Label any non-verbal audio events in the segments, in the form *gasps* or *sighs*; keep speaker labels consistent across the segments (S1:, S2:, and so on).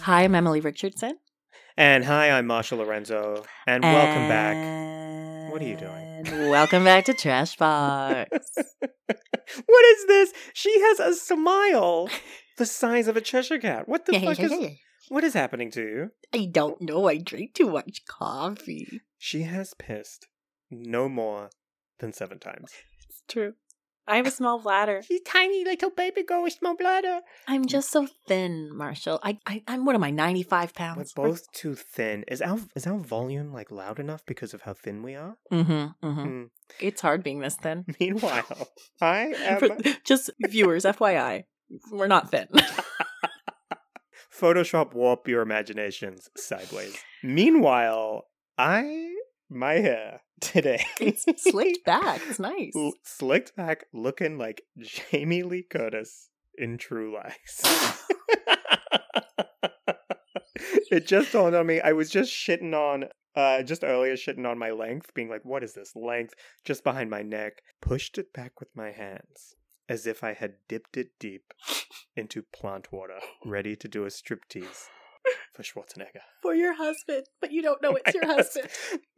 S1: Hi, I'm Emily Richardson.
S2: And hi, I'm Marshall Lorenzo, and, welcome back. What are you
S1: doing? Welcome back to Trash *laughs* Box.
S2: *laughs* What is this? She has a smile the size of a Cheshire cat. What the fuck is what is happening to you?
S1: I don't know. I drink too much coffee.
S2: She has pissed no more than seven times.
S1: It's true. I have a small bladder.
S2: She's tiny little baby girl with small bladder.
S1: I'm just so thin, Marshall. I, I I'm what am I? 95
S2: We're
S1: pounds.
S2: both too thin. Is our is our volume like loud enough because of how thin we are?
S1: Mm-hmm, mm-hmm.
S2: Mm.
S1: It's hard being this *laughs* thin.
S2: *laughs* Meanwhile, I
S1: *laughs* For-
S2: am
S1: just viewers, FYI, we're not *laughs* thin.
S2: Photoshop warp your imaginations sideways. Meanwhile, I my hair *laughs* today.
S1: it's slicked
S2: *laughs*
S1: back. It's nice.
S2: L- slicked back, looking like *laughs* Jamie Lee Curtis in
S1: *laughs*
S2: True Lies. it just dawned on me. I was just shitting on, uh, just earlier shitting on my length, being like, "What is this length?" Just behind my neck, pushed it back with my hands, as if I had dipped it deep into plant water, ready to do a striptease
S1: *laughs*
S2: for Schwarzenegger.
S1: For your husband, but you don't know *laughs* it's your
S2: My
S1: husband.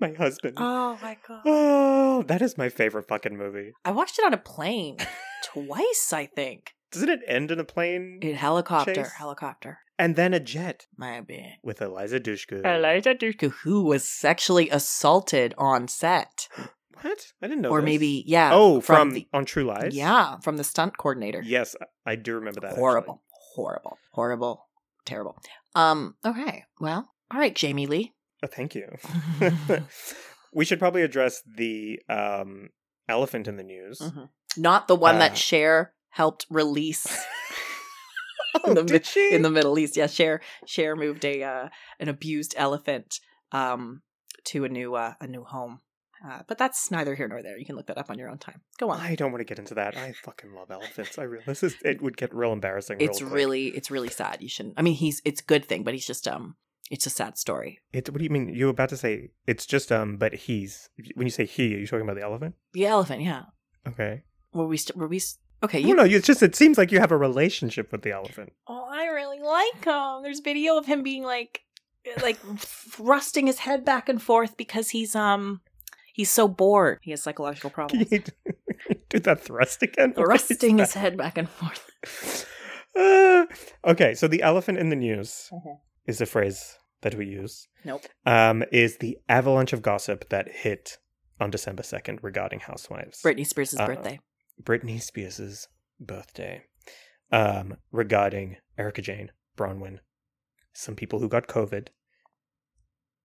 S2: My husband.
S1: Oh my god.
S2: oh, that is my favorite fucking movie.
S1: I watched it on a
S2: *laughs*
S1: plane twice, I think.
S2: Doesn't it end in a plane?
S1: In helicopter,
S2: Chase.
S1: helicopter.
S2: and then a jet
S1: Maybe.
S2: with Eliza Dushku.
S1: Who was sexually assaulted on set.
S2: What? I didn't know.
S1: or
S2: this.
S1: maybe, yeah.
S2: oh, from,
S1: the,
S2: on True Lies.
S1: Yeah, from the stunt coordinator.
S2: Yes, I do remember that.
S1: horrible, horrible, horrible, terrible. Um, okay. Well, all right, Jamie
S2: *laughs*
S1: Lee. Mm-hmm.
S2: actually. Oh, thank you.
S1: *laughs*
S2: *laughs* we should probably address the um, elephant in the news.
S1: Mhm. Not the one
S2: Uh.
S1: that Cher helped
S2: *laughs*
S1: release *laughs*
S2: Oh,
S1: In
S2: *laughs*
S1: the
S2: did she?
S1: in the Middle East. Yeah, Cher Cher moved a uh, an abused elephant um to a new uh, a new home. Uh, but that's neither here nor there. You can look that up on your own time. Go on.
S2: I don't want to get into that. I fucking love elephants. I really, this is it would get real embarrassing. real
S1: it's
S2: quick.
S1: really it's really sad. You shouldn't. I mean, he's it's a good thing, but he's just um it's a sad story.
S2: It, what do you mean? You were about to say it's just um, but he's when you say he, are you talking about the elephant?
S1: The elephant, yeah.
S2: Okay.
S1: Were we st- were we st- okay?
S2: You
S1: You
S2: know, it's just it seems like you have a relationship with the elephant.
S1: oh, I really like him. There's video of him being like, eh, like thrusting his head back and forth because he's um, he's so bored. He has
S2: *laughs*
S1: psychological
S2: Can
S1: problems. *laughs*
S2: you do, do that thrust again? *laughs* What is
S1: Thrusting his
S2: that?
S1: head back and forth.
S2: Uh, okay, so the elephant in the news
S1: Mhm.
S2: is a phrase that we use.
S1: Nope.
S2: Um, is the avalanche of gossip that hit on December second regarding housewives,
S1: Britney Spears'
S2: Uh,
S1: birthday.
S2: Britney Spears' birthday, um, regarding Erica Jane Bronwyn, some people who got COVID,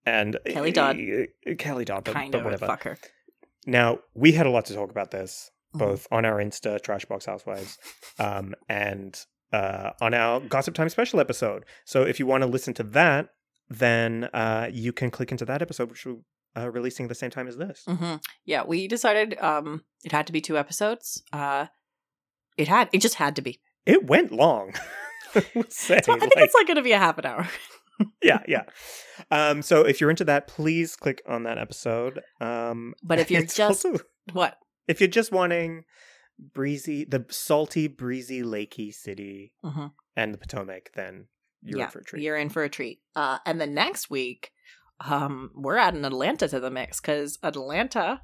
S2: and
S1: Kelly Dodd.
S2: Kelly Dodd, but,
S1: Kind
S2: but
S1: of
S2: whatever.
S1: fuck her.
S2: Now, we had a lot to talk about this,
S1: Mm-hmm.
S2: both on our Insta, Trashbox Housewives, um, and uh, on our Gossip Time special episode. So if you want to listen to that, then uh, you can click into that episode, which we're uh, releasing at the same time as this.
S1: hmm Yeah, we decided um it had to be two episodes. Uh, it had it just had to
S2: *laughs*
S1: be.
S2: It went long. *laughs* we'll say,
S1: So I think
S2: like-
S1: Mm-hmm. it's like going to be a half an hour. *laughs*
S2: yeah, yeah. Um, so if you're into that, please click on that episode. Um,
S1: But if you're
S2: *laughs* it's
S1: just
S2: also-
S1: what
S2: if you're just wanting breezy, the salty, breezy, lakey city
S1: Mhm.
S2: and the Potomac, then you're in for a treat.
S1: You're in for a treat. Uh, and then next week, um, we're adding Atlanta to the mix because Atlanta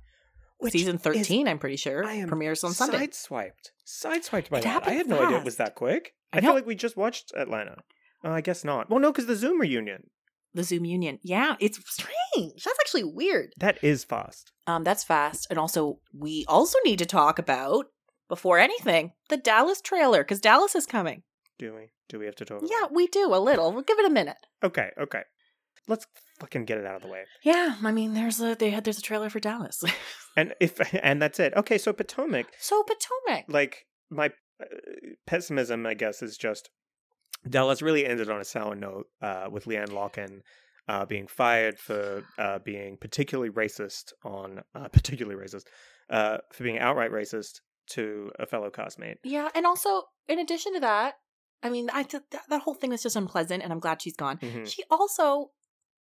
S2: Which
S1: season
S2: is-
S1: thirteen, I'm pretty sure,
S2: I am
S1: premieres on Sunday.
S2: Sideswiped. Sideswiped by
S1: It
S2: that. I
S1: happened
S2: had no idea it was
S1: fast.
S2: that quick.
S1: I
S2: I, feel
S1: know.
S2: like we just watched Atlanta. Uh, I guess not. Well, no, because the Zoom reunion.
S1: the Zoom Union. Yeah, it's strange. That's actually weird.
S2: That is fast.
S1: Um, that's fast. And also, we also need to talk about before anything the Dallas trailer because Dallas is coming.
S2: Do we? Do we have to talk? about
S1: Yeah, we do a little. We'll give it a minute.
S2: it? Okay, okay. Let's fucking get it out of the way.
S1: Yeah, I mean, there's a they had there's a trailer for Dallas. *laughs*
S2: And if *laughs* and that's it. Okay, so Potomac,
S1: so Potomac.
S2: like my uh, pessimism, I guess, is just Dallas really ended on a sour note uh, with Leanne Locken uh, being fired for uh, being particularly racist on uh, *laughs* particularly racist uh, for being outright racist to a fellow castmate.
S1: Yeah, and also in addition to that, I mean, I th- that, that whole thing was just unpleasant, and I'm glad she's gone.
S2: Mhm.
S1: She also,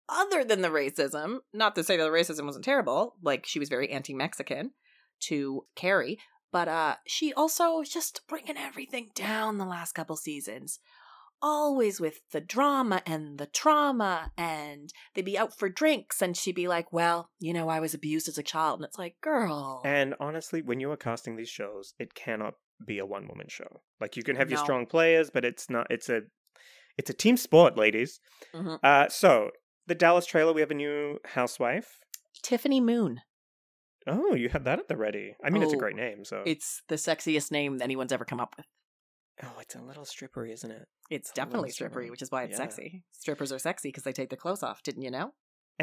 S1: other than the racism, not to say that the racism wasn't terrible, like she was very anti-Mexican to Carrie, but uh, she also was just bringing everything down the last couple seasons. always with the drama and the trauma and they'd be out for drinks and she'd be like well you know i was abused as a child and it's like girl
S2: And honestly, when you are casting these shows, it cannot be a one woman show. Like you can have your
S1: No.
S2: strong players, but it's not it's a it's a team sport, ladies.
S1: Mhm.
S2: Uh so the Dallas trailer, we have a new housewife.
S1: tiffany moon
S2: Oh, you have that at the ready. I mean it's a
S1: Oh,
S2: great name, so
S1: it's the sexiest name anyone's ever come up with
S2: Oh, it's a little strippery, isn't it?
S1: it's
S2: Oh, that's
S1: definitely
S2: right.
S1: strippery which is why it's
S2: Yeah.
S1: sexy strippers are sexy because they take their clothes off didn't you know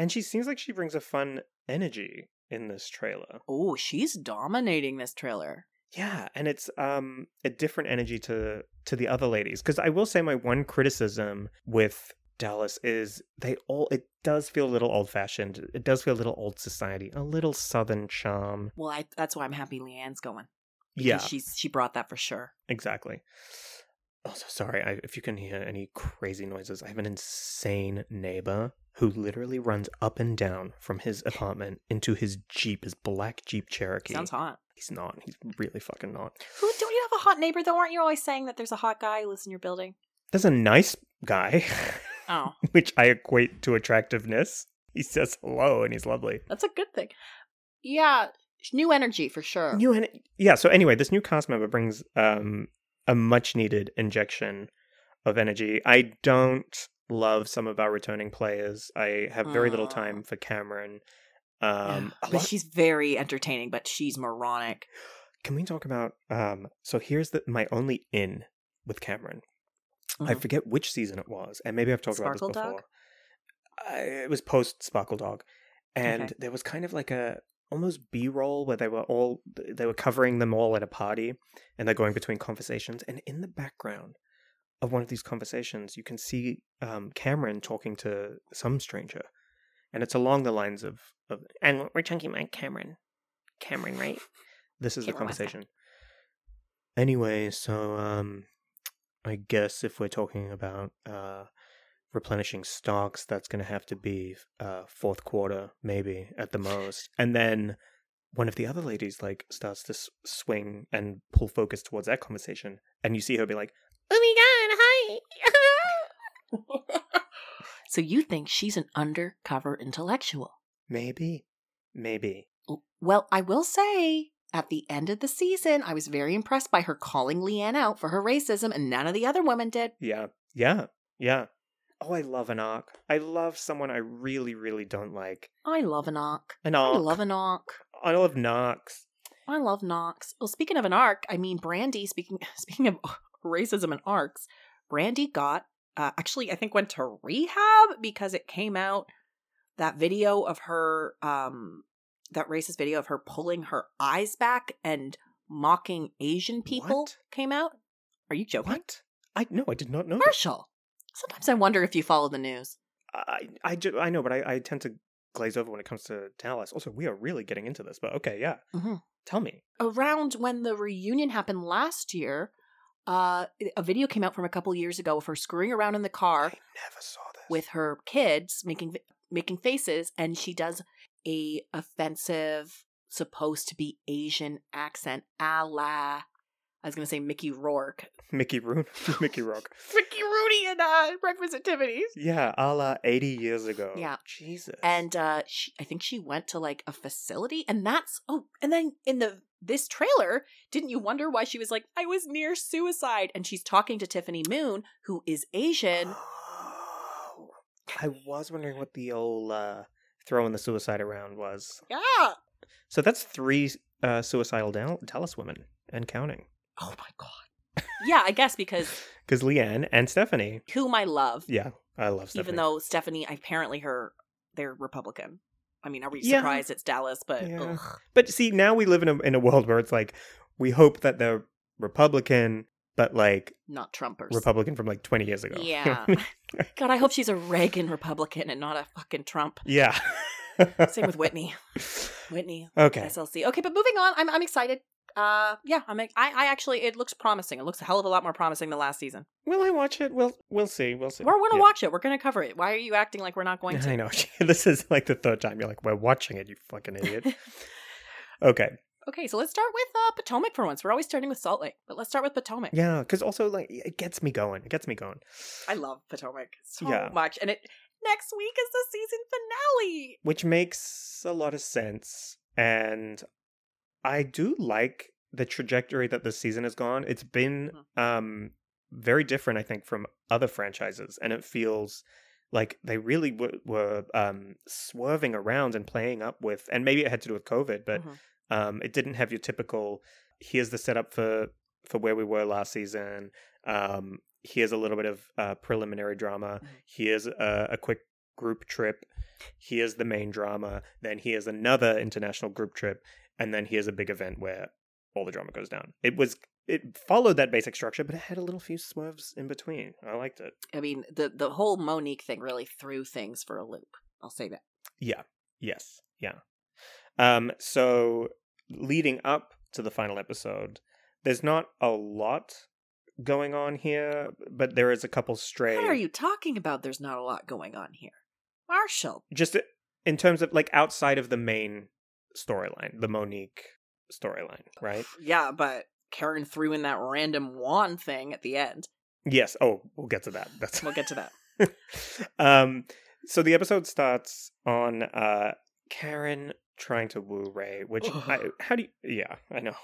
S2: And she seems like she brings a fun energy in this trailer.
S1: oh she's dominating this trailer
S2: Yeah, and it's um a different energy to to the other ladies because I will say my one criticism with Dallas is they all it does feel a little old fashioned. It does feel a little old society, a little southern charm.
S1: well I, that's why i'm happy leanne's going 'Cause
S2: Yeah,
S1: she's she brought that for sure
S2: exactly. Also, sorry I, if you can hear any crazy noises. I have an insane neighbor who literally runs up and down from his apartment into his Jeep, his black Jeep Cherokee.
S1: sounds hot
S2: He's not. He's really fucking not.
S1: who don't you have a hot neighbor though aren't you always saying that there's a hot guy who lives in your building
S2: There's a nice guy. *laughs*
S1: oh
S2: which I equate to attractiveness. He says hello and he's lovely.
S1: That's a good thing. Yeah, new energy for sure.
S2: New and yeah, so anyway, this new cast member brings um a much needed injection of energy. I don't love some of our returning players. I have very little
S1: Mm.
S2: time for Cameron. Um a
S1: but
S2: lot-
S1: she's very entertaining, but she's moronic.
S2: can we talk about um so here's the my only in with Cameron. I
S1: Mhm.
S2: forget which season it was, and maybe I've talked
S1: Sparkle
S2: about this
S1: Dog?
S2: before. I, it was post Sparkle Dog, and
S1: Okay.
S2: there was kind of like a almost B roll where they were all they were covering them all at a party, and they're going between conversations, and in the background of one of these conversations, you can see um, Cameron talking to some stranger, and it's along the lines of of and we're talking about Cameron, Cameron, right? This is the
S1: Cameron West.
S2: conversation. Anyway, so um, I guess if we're talking about uh, replenishing stocks, that's going to have to be uh, fourth quarter, maybe at the most. And then one of the other ladies like starts to s- swing and pull focus towards that conversation, and you see her be like,
S1: *laughs*
S2: "Oh my god, hi!"
S1: so you think she's an undercover intellectual?
S2: maybe, maybe.
S1: Well, I will say at the end of the season, I was very impressed by her calling Leanne out for her racism, and none of the other women did.
S2: Yeah, yeah, yeah. Oh, I love an arc. I love someone I really, really don't like.
S1: I love an arc.
S2: An
S1: I
S2: arc.
S1: love an arc.
S2: I love Knox.
S1: I love Knox. Well, speaking of an arc, I mean Brandy. Speaking *laughs* speaking of racism and arcs, Brandy got uh, actually I think went to rehab because it came out that video of her um that racist video of her pulling her eyes back and mocking Asian people
S2: What?
S1: came out. Are you joking,
S2: What? I no, I did not know. that.
S1: Marshall? Sometimes I wonder if you follow the news.
S2: I I, ju- I know, but I, I tend to glaze over when it comes to Dallas. Also, we are really getting into this, but okay, yeah.
S1: Mhm.
S2: Tell me.
S1: around when the reunion happened last year, uh, a video came out from a couple years ago of her screwing around in the car
S2: never saw this.
S1: with her kids making making faces and she does a offensive supposed to be asian accent a la i was gonna say mickey rourke
S2: Mickey Roon, *laughs*
S1: *laughs*
S2: Mickey Rock.
S1: mickey rooney and uh breakfast activities
S2: Yeah, a la eighty years ago.
S1: Yeah.
S2: Jesus.
S1: and uh she, i think she went to like a facility and that's oh and then in the this trailer didn't you wonder why she was like i was near suicide and she's talking to tiffany moon who is
S2: *gasps*
S1: asian
S2: Oh, I was wondering what the old uh, throwing the suicide around was.
S1: yeah
S2: So that's three uh, suicidal Dal- Dallas women and counting.
S1: oh my god yeah i guess because
S2: Because Leanne and Stephanie.
S1: whom i love
S2: Yeah, I love Stephanie.
S1: even though Stephanie, apparently her, they're Republican. I mean, are we
S2: Yeah.
S1: surprised it's Dallas? But
S2: Yeah.
S1: ugh.
S2: But see, now we live in a in a world where it's like we hope that they're Republican, but like
S1: not Trumpers.
S2: Republican from like twenty years ago.
S1: Yeah. *laughs* God, I hope she's a Reagan Republican and not a fucking Trump.
S2: *laughs* yeah. *laughs*
S1: Same with Whitney. Whitney
S2: Okay.
S1: SLC. Okay, but moving on, I'm I'm excited. Uh, yeah, I'm. ex- I I actually, it looks promising. It looks a hell of a lot more promising than last season.
S2: Will I watch it? We'll we'll see. We'll see.
S1: We're gonna
S2: Yeah.
S1: watch it. We're gonna cover it. Why are you acting like we're not
S2: *laughs*
S1: going to? *laughs*
S2: I know. this is like the third time you're like, we're watching it, you fucking idiot. okay.
S1: Okay, so let's start with uh, Potomac for once. We're always starting with Salt Lake, but let's start with Potomac.
S2: Yeah, because also like it gets me going. It gets me going.
S1: I love Potomac so
S2: Yeah.
S1: much, and it next week is the season finale.
S2: which makes a lot of sense. And I do like the trajectory that the season has gone. It's been um very different, I think, from other franchises, and it feels like they really w- were um swerving around and playing up with. And maybe it had to do with COVID, but
S1: Mhm.
S2: um it didn't have your typical. Here's the setup for for where we were last season. Um, here's a little bit of uh, preliminary drama.
S1: Mhm.
S2: Here's a, a quick group trip. Here's the main drama. Then here's another international group trip, and then here's a big event where all the drama goes down. It was it followed that basic structure, but it had a little few swerves in between. I liked it.
S1: I mean, the the whole Monique thing really threw things for a loop. I'll say that.
S2: Yeah. Yes. Yeah. Um, so leading up to the final episode, there's not a lot going on here, but there is a couple stray.
S1: What are you talking about? There's not a lot going on here, Marshall.
S2: Just in terms of like outside of the main storyline, the Monique storyline, right?
S1: Yeah, but Karen threw in that random wand thing at the end.
S2: Yes. Oh, we'll get to that. *laughs* That's
S1: We'll get to that.
S2: um, so the episode starts on uh, Karen trying to woo Ray, which I, how do you? Yeah, I know.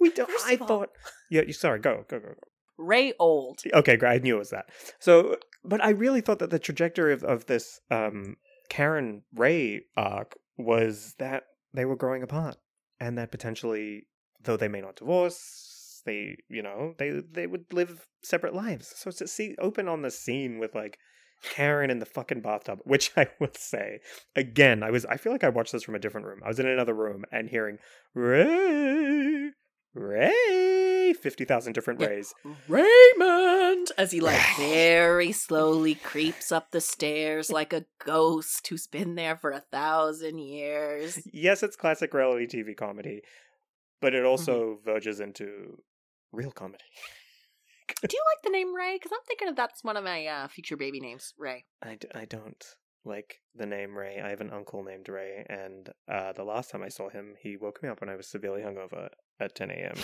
S2: We don't.
S1: First
S2: I
S1: of all-
S2: thought. Yeah, you sorry. Go, go, go, go.
S1: Ray old.
S2: Okay, great. I knew it was that. So, but I really thought that the trajectory of of this um, Karen Ray arc was that they were growing apart, and that potentially, though they may not divorce, they you know they they would live separate lives. So to see open on the scene with like Karen in the fucking bathtub, *laughs* which I will say again, I was I feel like I watched this from a different room. I was in another room and hearing Ray, Ray, fifty thousand different
S1: Yeah.
S2: rays.
S1: Raymond! As he like
S2: Ray.
S1: very slowly creeps up the stairs like a ghost who's been there for a thousand years.
S2: Yes, it's classic reality TV comedy, but it also verges into real comedy.
S1: Do you like the name Ray? Because I'm thinking of that's one of my uh, future baby names, Ray.
S2: I, d- I don't like the name Ray. I have an uncle named Ray, and uh, the last time I saw him, he woke me up when I was severely hungover at 10 a.m.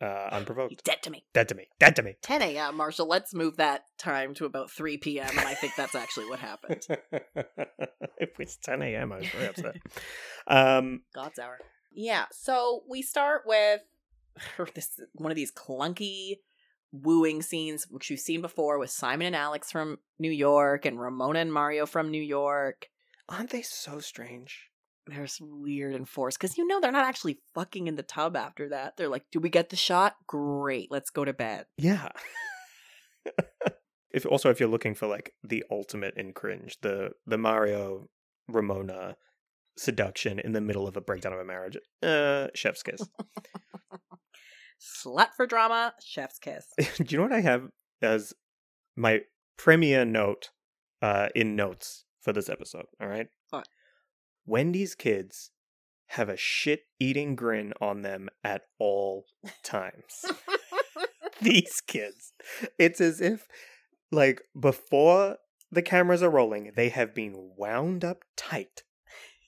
S2: Uh,
S1: He's *laughs*
S2: unprovoked.
S1: dead to me.
S2: Dead to me. Dead to me.
S1: 10 a.m. Marshall, let's move that time to about 3 p.m. And I think that's actually what
S2: *laughs*
S1: happened.
S2: it was 10 a.m. I was very upset. um,
S1: God's hour. Yeah. So we start with *laughs* this one of these clunky wooing scenes, which you've seen before with Simon and Alex from New York and Ramona and Mario from New York.
S2: aren't they so strange?
S1: They're s- weird and forced because you know they're not actually fucking in the tub after that. They're like, "Do we get the shot? Great, let's go to bed."
S2: Yeah. if also if you're looking for like the ultimate in cringe, the the Mario Ramona seduction in the middle of a breakdown of a marriage, uh, chef's kiss.
S1: Slut for drama, chef's kiss.
S2: *laughs* Do you know what I have as my premiere note uh, in notes for this episode? All right.
S1: What?
S2: Wendy's kids have a shit eating grin on them at all times. These kids. It's as if, like, before the cameras are rolling, they have been wound up tight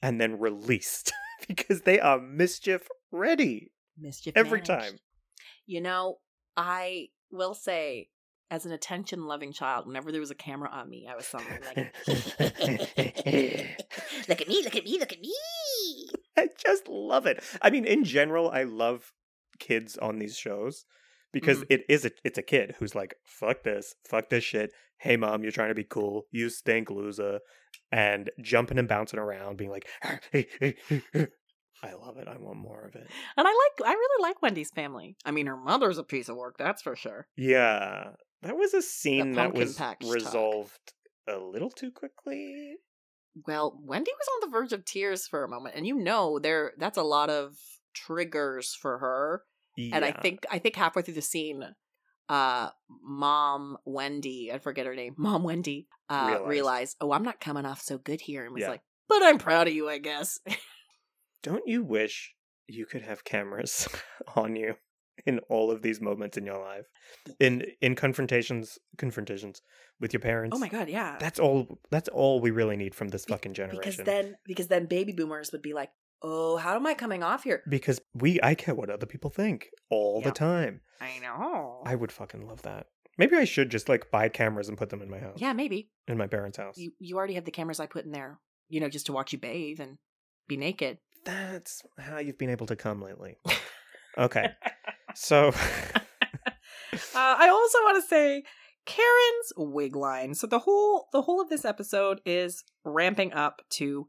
S2: and then released *laughs* because they are mischief ready
S1: Mischief
S2: every
S1: managed.
S2: time.
S1: You know, I will say, as an attention loving child, whenever there was a camera on me, I was something
S2: *laughs*
S1: like, look at me, look at me, look at me.
S2: *laughs* I just love it. I mean, in general, I love kids on these shows because
S1: Mm-hmm.
S2: it is a it's a kid who's like, "Fuck this, fuck this shit." Hey, mom, you're trying to be cool. You stink, loser, and jumping and bouncing around, being like, "Ah, "I love it. I want more of it."
S1: And I like, I really like Wendy's family. I mean, her mother's a piece of work, that's for sure.
S2: Yeah, that was a scene that
S1: pumpkin
S2: was
S1: patch talk.
S2: resolved a little too quickly.
S1: Well, Wendy was on the verge of tears for a moment, and you know, there that's a lot of triggers for her. And I
S2: Yeah.
S1: think I think halfway through the scene, uh mom Wendy, I forget her name, *laughs* mom Wendy, uh
S2: Realized.
S1: realized, oh, I'm not coming off so good here and was
S2: Yeah.
S1: like, but I'm proud of you, I guess. *laughs* Oh
S2: Don't you wish you could have cameras *laughs* on you in all of these moments in your life? In in confrontations confrontations with your parents.
S1: oh my god, yeah.
S2: That's all that's all we really need from this
S1: Be-
S2: fucking generation.
S1: because then because then baby boomers would be like, oh, how am I coming off here?
S2: Because we, I care what other people think all
S1: Yeah.
S2: the time.
S1: I know.
S2: I would fucking love that. Maybe I should just like buy cameras and put them in my house,
S1: yeah, maybe.
S2: in my parents' house.
S1: You you already have the cameras I put in there, you know, just to watch you bathe and be naked.
S2: That's how you've been able to come
S1: *laughs*
S2: lately. Okay. so, *laughs*
S1: Uh, I also want to say Karen's wig line. So the whole the whole of this episode is ramping up to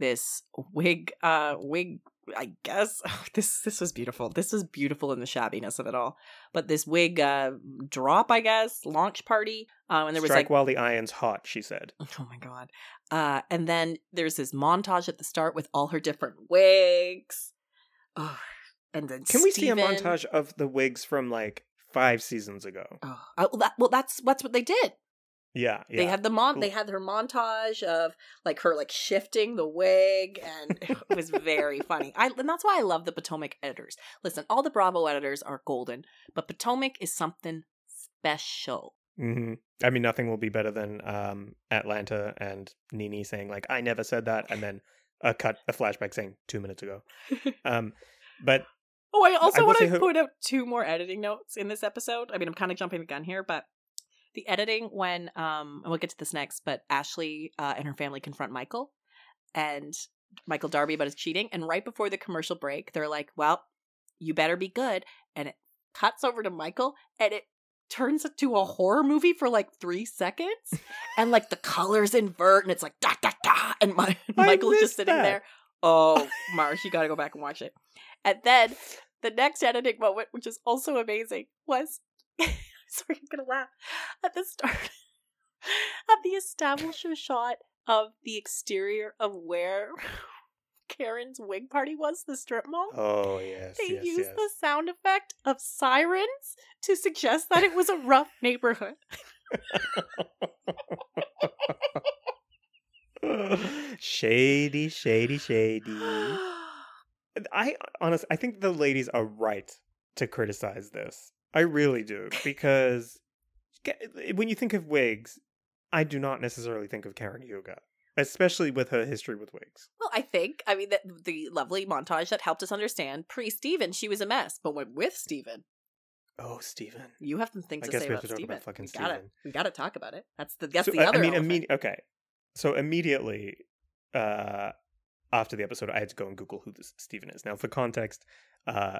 S1: this wig uh wig I guess *sighs* this this was beautiful. This was beautiful in the shabbiness of it all. But this wig uh drop, I guess, launch party. Um and there was
S2: strike
S1: like
S2: while the iron's hot, she said.
S1: *laughs* Oh my god. Uh and then there's this montage at the start with all her different wigs. Oh, and then
S2: Can we see a
S1: Steven-
S2: montage of the wigs from like five seasons ago?
S1: Oh, uh, well, that, well, that's that's what they did.
S2: Yeah. yeah.
S1: They had the mon.
S2: Cool.
S1: They had her montage of like her like shifting the wig, and *laughs* it was very funny. I and that's why I love the Potomac editors. Listen, all the Bravo editors are golden, but Potomac is something special.
S2: hmm I mean, nothing will be better than um, Atlanta and Nini saying like, "I never said that," and then a cut, a flashback saying two minutes
S1: *laughs*
S2: ago. Um, but
S1: Oh, I also
S2: I will
S1: want
S2: say
S1: to
S2: who-
S1: point out two more editing notes in this episode. I mean, I'm kind of jumping the gun here, but the editing when um, and we'll get to this next, but Ashley uh, and her family confront Michael and Michael Darby about his cheating, and right before the commercial break, they're like, "Well, you better be good," and it cuts over to Michael, and it turns it to a horror movie for like three seconds, and like the colors invert, and it's like da da da, and my-
S2: *laughs* I
S1: Michael's just
S2: missed
S1: sitting
S2: that.
S1: there. Oh, Marsh, you got to go back and watch it. And then the next editing moment, which is also amazing, was *laughs* sorry, I'm gonna laugh at the start *laughs* at the establishment shot of the exterior of where *laughs* Karen's wig party was, the strip mall.
S2: oh yes,
S1: They
S2: yes,
S1: used
S2: yes.
S1: the sound effect of sirens to suggest that it was a rough neighborhood. *gasps*
S2: *laughs* shady, shady, shady. I honestly, I think the ladies are right to criticize this. I really do because ca- when you think of wigs, I do not necessarily think of Karen Yoga, especially with her history with wigs.
S1: Well, I think I mean that the lovely montage that helped us understand pre Steven, she was a mess, but when with Steven,
S2: Oh, Steven.
S1: you have some things
S2: I
S1: to
S2: guess
S1: say
S2: we have
S1: about
S2: to talk
S1: Steven.
S2: about fucking
S1: we gotta,
S2: Steven.
S1: we gotta talk about it. That's the that's
S2: So,
S1: the
S2: I-
S1: other.
S2: I mean,
S1: elephant.
S2: imme- okay. So immediately uh, after the episode, I had to go and Google who this Steven is. Now, for context, uh,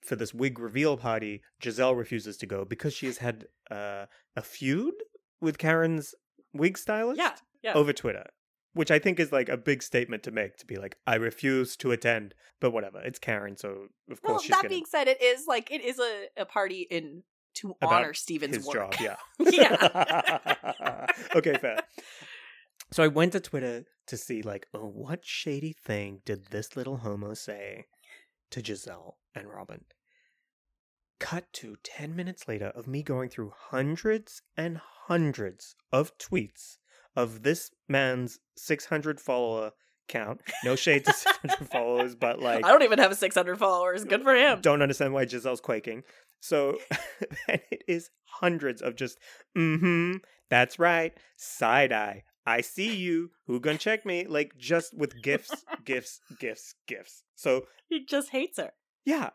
S2: for this wig reveal party, Giselle refuses to go because she has had uh, a feud with Karen's wig stylist
S1: yeah, yeah.
S2: over Twitter, which I think is like a big statement to make to be like, I refuse to attend, but whatever. It's Karen, so of course
S1: Well,
S2: she's
S1: that
S2: gonna
S1: being said, it is like it is a, a party in to
S2: About
S1: honor Steven's
S2: his
S1: work.
S2: job. Yeah.
S1: *laughs* Yeah.
S2: *laughs* okay, fair. So I went to Twitter to see like, oh, what shady thing did this little homo say to Giselle and Robin? Cut to 10 minutes later of me going through hundreds and hundreds of tweets of this man's 600 follower count. No shade to 600 followers, but
S1: *laughs*
S2: like
S1: I don't even have 600 followers. Good for him.
S2: *laughs* don't understand why Giselle's quaking. So *laughs* and it is hundreds of just, mm-hmm, that's right, side eye. I see you. Who gonna check me? Like just with gifts, gifts, gifts, gifts. So
S1: He just hates her.
S2: yeah,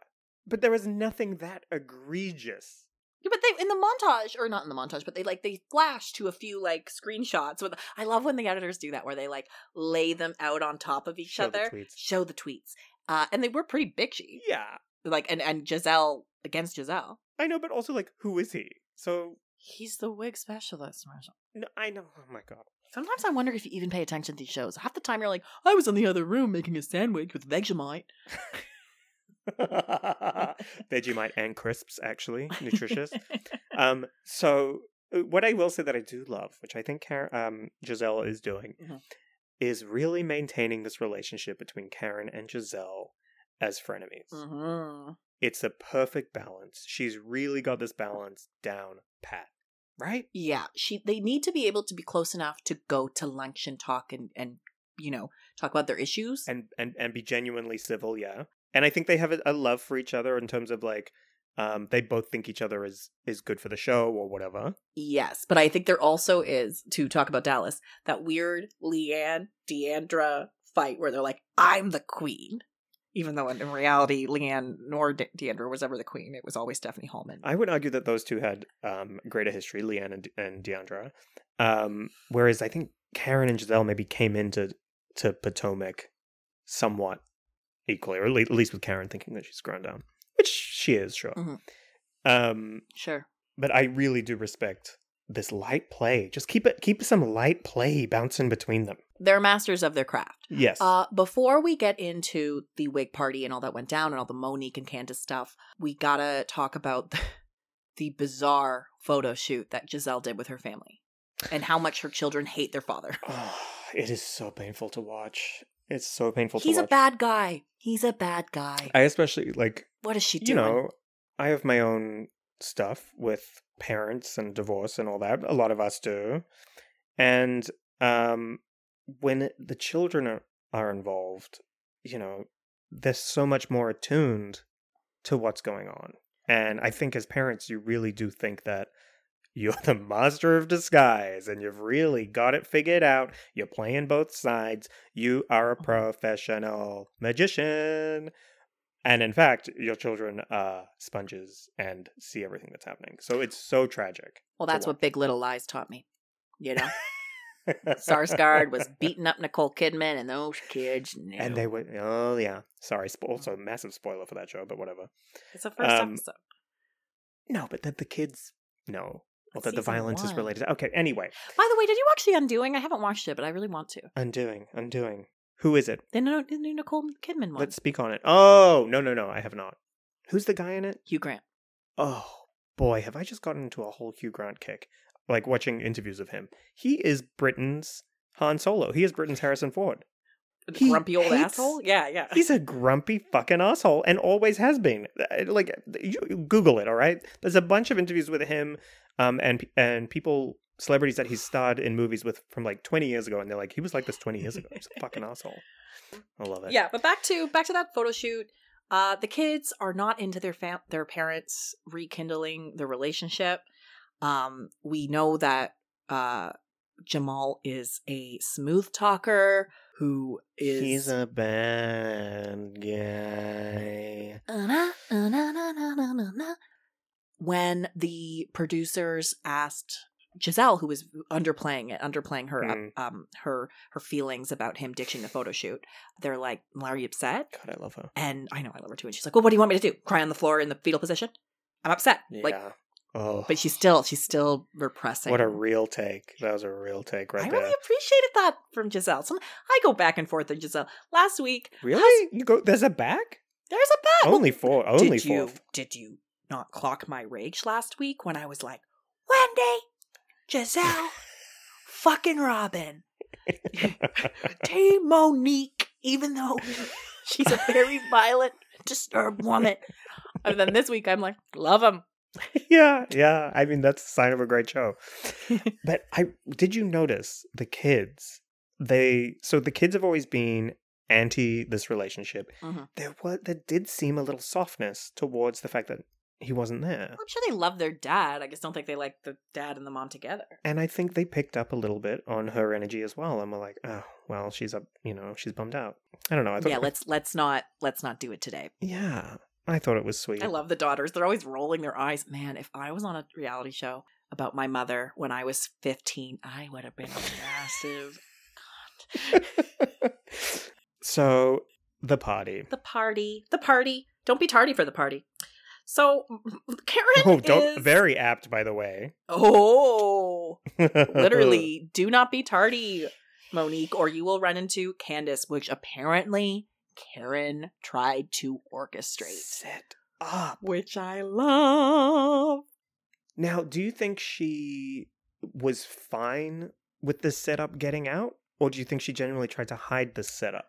S2: but there was nothing that egregious.
S1: Yeah, but they in the montage, or not in the montage, but they like they flash to a few like screenshots. With I love when the editors do that, where they like lay them out on top of each
S2: Show the
S1: other,
S2: tweets.
S1: show the tweets, uh, and they were pretty bitchy.
S2: Yeah,
S1: Like and and Giselle against Giselle.
S2: I know, but also like, who is he? So
S1: He's the wig specialist, Marshall.
S2: no, I know. Oh my god. *laughs*
S1: Sometimes I wonder if you even pay attention to these shows. Half the time you're like, I was in the other room making a sandwich with Vegemite.
S2: Vegemite and crisps, actually, *laughs*
S1: *laughs*
S2: nutritious. um so uh, what i will say that i do love which i think Karen, um giselle is doing
S1: Mhm.
S2: is really maintaining this relationship between karen and giselle as frenemies
S1: hmm
S2: it's a perfect balance she's really got this balance down pat right
S1: Yeah, she. They need to be able to be close enough to go to lunch and talk and and you know talk about their issues.
S2: and and and be genuinely civil yeah and i think they have a, a love for each other in terms of like um they both think each other is is good for the show or whatever
S1: Yes, but I think there also is to talk about Dallas that weird Leanne Deandra fight where they're like, I'm the queen. Even though in in reality, Leanne nor D- Deandra was ever the queen. It was always Stephanie Hallman.
S2: I would argue that those two had um, greater history, Leanne and, and Deandra. Um, whereas I think Karen and Giselle maybe came into to Potomac somewhat equally, or at le- at least with Karen thinking that she's grown down, which she is, sure.
S1: Mhm.
S2: Um,
S1: sure.
S2: but I really do respect this light play. Just keep it, keep some light play bouncing between them.
S1: They're masters of their craft.
S2: Yes.
S1: Uh, before we get into the Whig Party and all that went down and all the Monique and Candace stuff, we gotta talk about *laughs* the, the bizarre photo shoot that Giselle did with her family and how much her children hate their father.
S2: oh, *sighs* it is so painful to watch. It's so painful
S1: He's
S2: to
S1: a
S2: watch.
S1: bad guy. He's a bad guy.
S2: I especially like
S1: what is she doing?
S2: you know, I have my own stuff with parents and divorce and all that. A lot of us do. And um, when the children are, are involved, you know, they're so much more attuned to what's going on. And I think as parents, you really do think that you're *laughs* the master of disguise and you've really got it figured out. You're playing both sides. You are
S1: Uh-huh.
S2: a professional magician. And in fact, your children are sponges and see everything that's happening. So it's so tragic.
S1: well, that's
S2: to
S1: what Big Little Lies taught me. You
S2: *laughs*
S1: know, Sarsgaard was beating up Nicole Kidman, and those kids knew.
S2: And they were, oh, yeah. Sorry. Spo- also, massive spoiler for that show, but whatever.
S1: it's the first
S2: um,
S1: episode.
S2: No, but that the kids, no. Well,
S1: That's
S2: that the
S1: season
S2: violence is
S1: one.
S2: related. Okay, anyway.
S1: By the way, did you watch The Undoing? I haven't watched it, but I really want to.
S2: Undoing, undoing. Who is it?
S1: The, no, the new Nicole Kidman one.
S2: Let's speak on it. Oh, no, no, no. I have not. Who's the guy in it?
S1: Hugh Grant.
S2: Oh, boy. Have I just gotten into a whole Hugh Grant kick? Like watching interviews of him. He is Britain's Han Solo. He is Britain's Harrison Ford. He
S1: grumpy old
S2: hates-
S1: asshole. Yeah, yeah.
S2: He's a grumpy fucking asshole and always has been. Uh, Like, you you Google it, all right? There's a bunch of interviews with him um, and and people, celebrities that he's starred in movies with from like 20 years ago, and they're like, he was like this 20 years ago. He's
S1: *laughs*
S2: a fucking asshole. I love
S1: *laughs*
S2: it.
S1: yeah, but back to back to that photo shoot. Uh, the kids are not into their fam- their parents rekindling the relationship. Um, we know that uh, Jamal is a smooth talker who is
S2: He's a bad guy.
S1: Uh-na, uh-na, na, na, na, na, na. When the producers asked Giselle, who was underplaying it, underplaying her
S2: Mm.
S1: um her her feelings about him ditching the photo shoot, they're like, "Well, "Are you upset?"
S2: God, I love her.
S1: And I know I love her too. And she's like, "Well, what do you want me to do? Cry on the floor in the fetal position? I'm upset."
S2: Yeah.
S1: Like,
S2: oh,
S1: but she's still she's still repressing.
S2: what a real take. That was a real take right
S1: I
S2: there.
S1: really appreciated that from Giselle. Some I go back and forth with Giselle. Last week,
S2: Really? You go, there's a back?
S1: there's a bet. Well,
S2: Only four. Only
S1: did you
S2: four.
S1: did you not clock my rage last week when I was like, Wendy,
S2: *laughs*
S1: Giselle, fucking Robin,
S2: *laughs*
S1: Team Monique, even though she's a very violent, disturbed woman. And then this week I'm like, love him.
S2: *laughs* yeah, yeah. I mean, that's a sign of a great show.
S1: *laughs*
S2: but I did you notice the kids? They so the kids have always been anti this relationship.
S1: Mhm.
S2: There was there did seem a little softness towards the fact that he wasn't there,
S1: I'm sure they love their dad. I just don't think they like the dad and the mom together.
S2: and I think they picked up a little bit on her energy as well, and were like, oh, well, she's up, you know, she's bummed out. I don't know. I thought,
S1: Yeah, let's let's not let's not do it today.
S2: *laughs* yeah. I thought it was sweet.
S1: I love the daughters. They're always rolling their eyes. Man, if I was on a reality show about my mother when I was 15, I would have been a massive.
S2: so the party.
S1: *laughs* The party. The party. Don't be tardy for the party. So, Karen.
S2: Oh, don't
S1: is-
S2: very apt, by the way. *laughs*
S1: Oh, literally, do not be tardy, Monique, or you will run into Candace, which apparently Karen tried to orchestrate,
S2: Sit up.
S1: which I love.
S2: Now, do you think she was fine with the setup getting out? Or do you think she genuinely tried to hide the setup?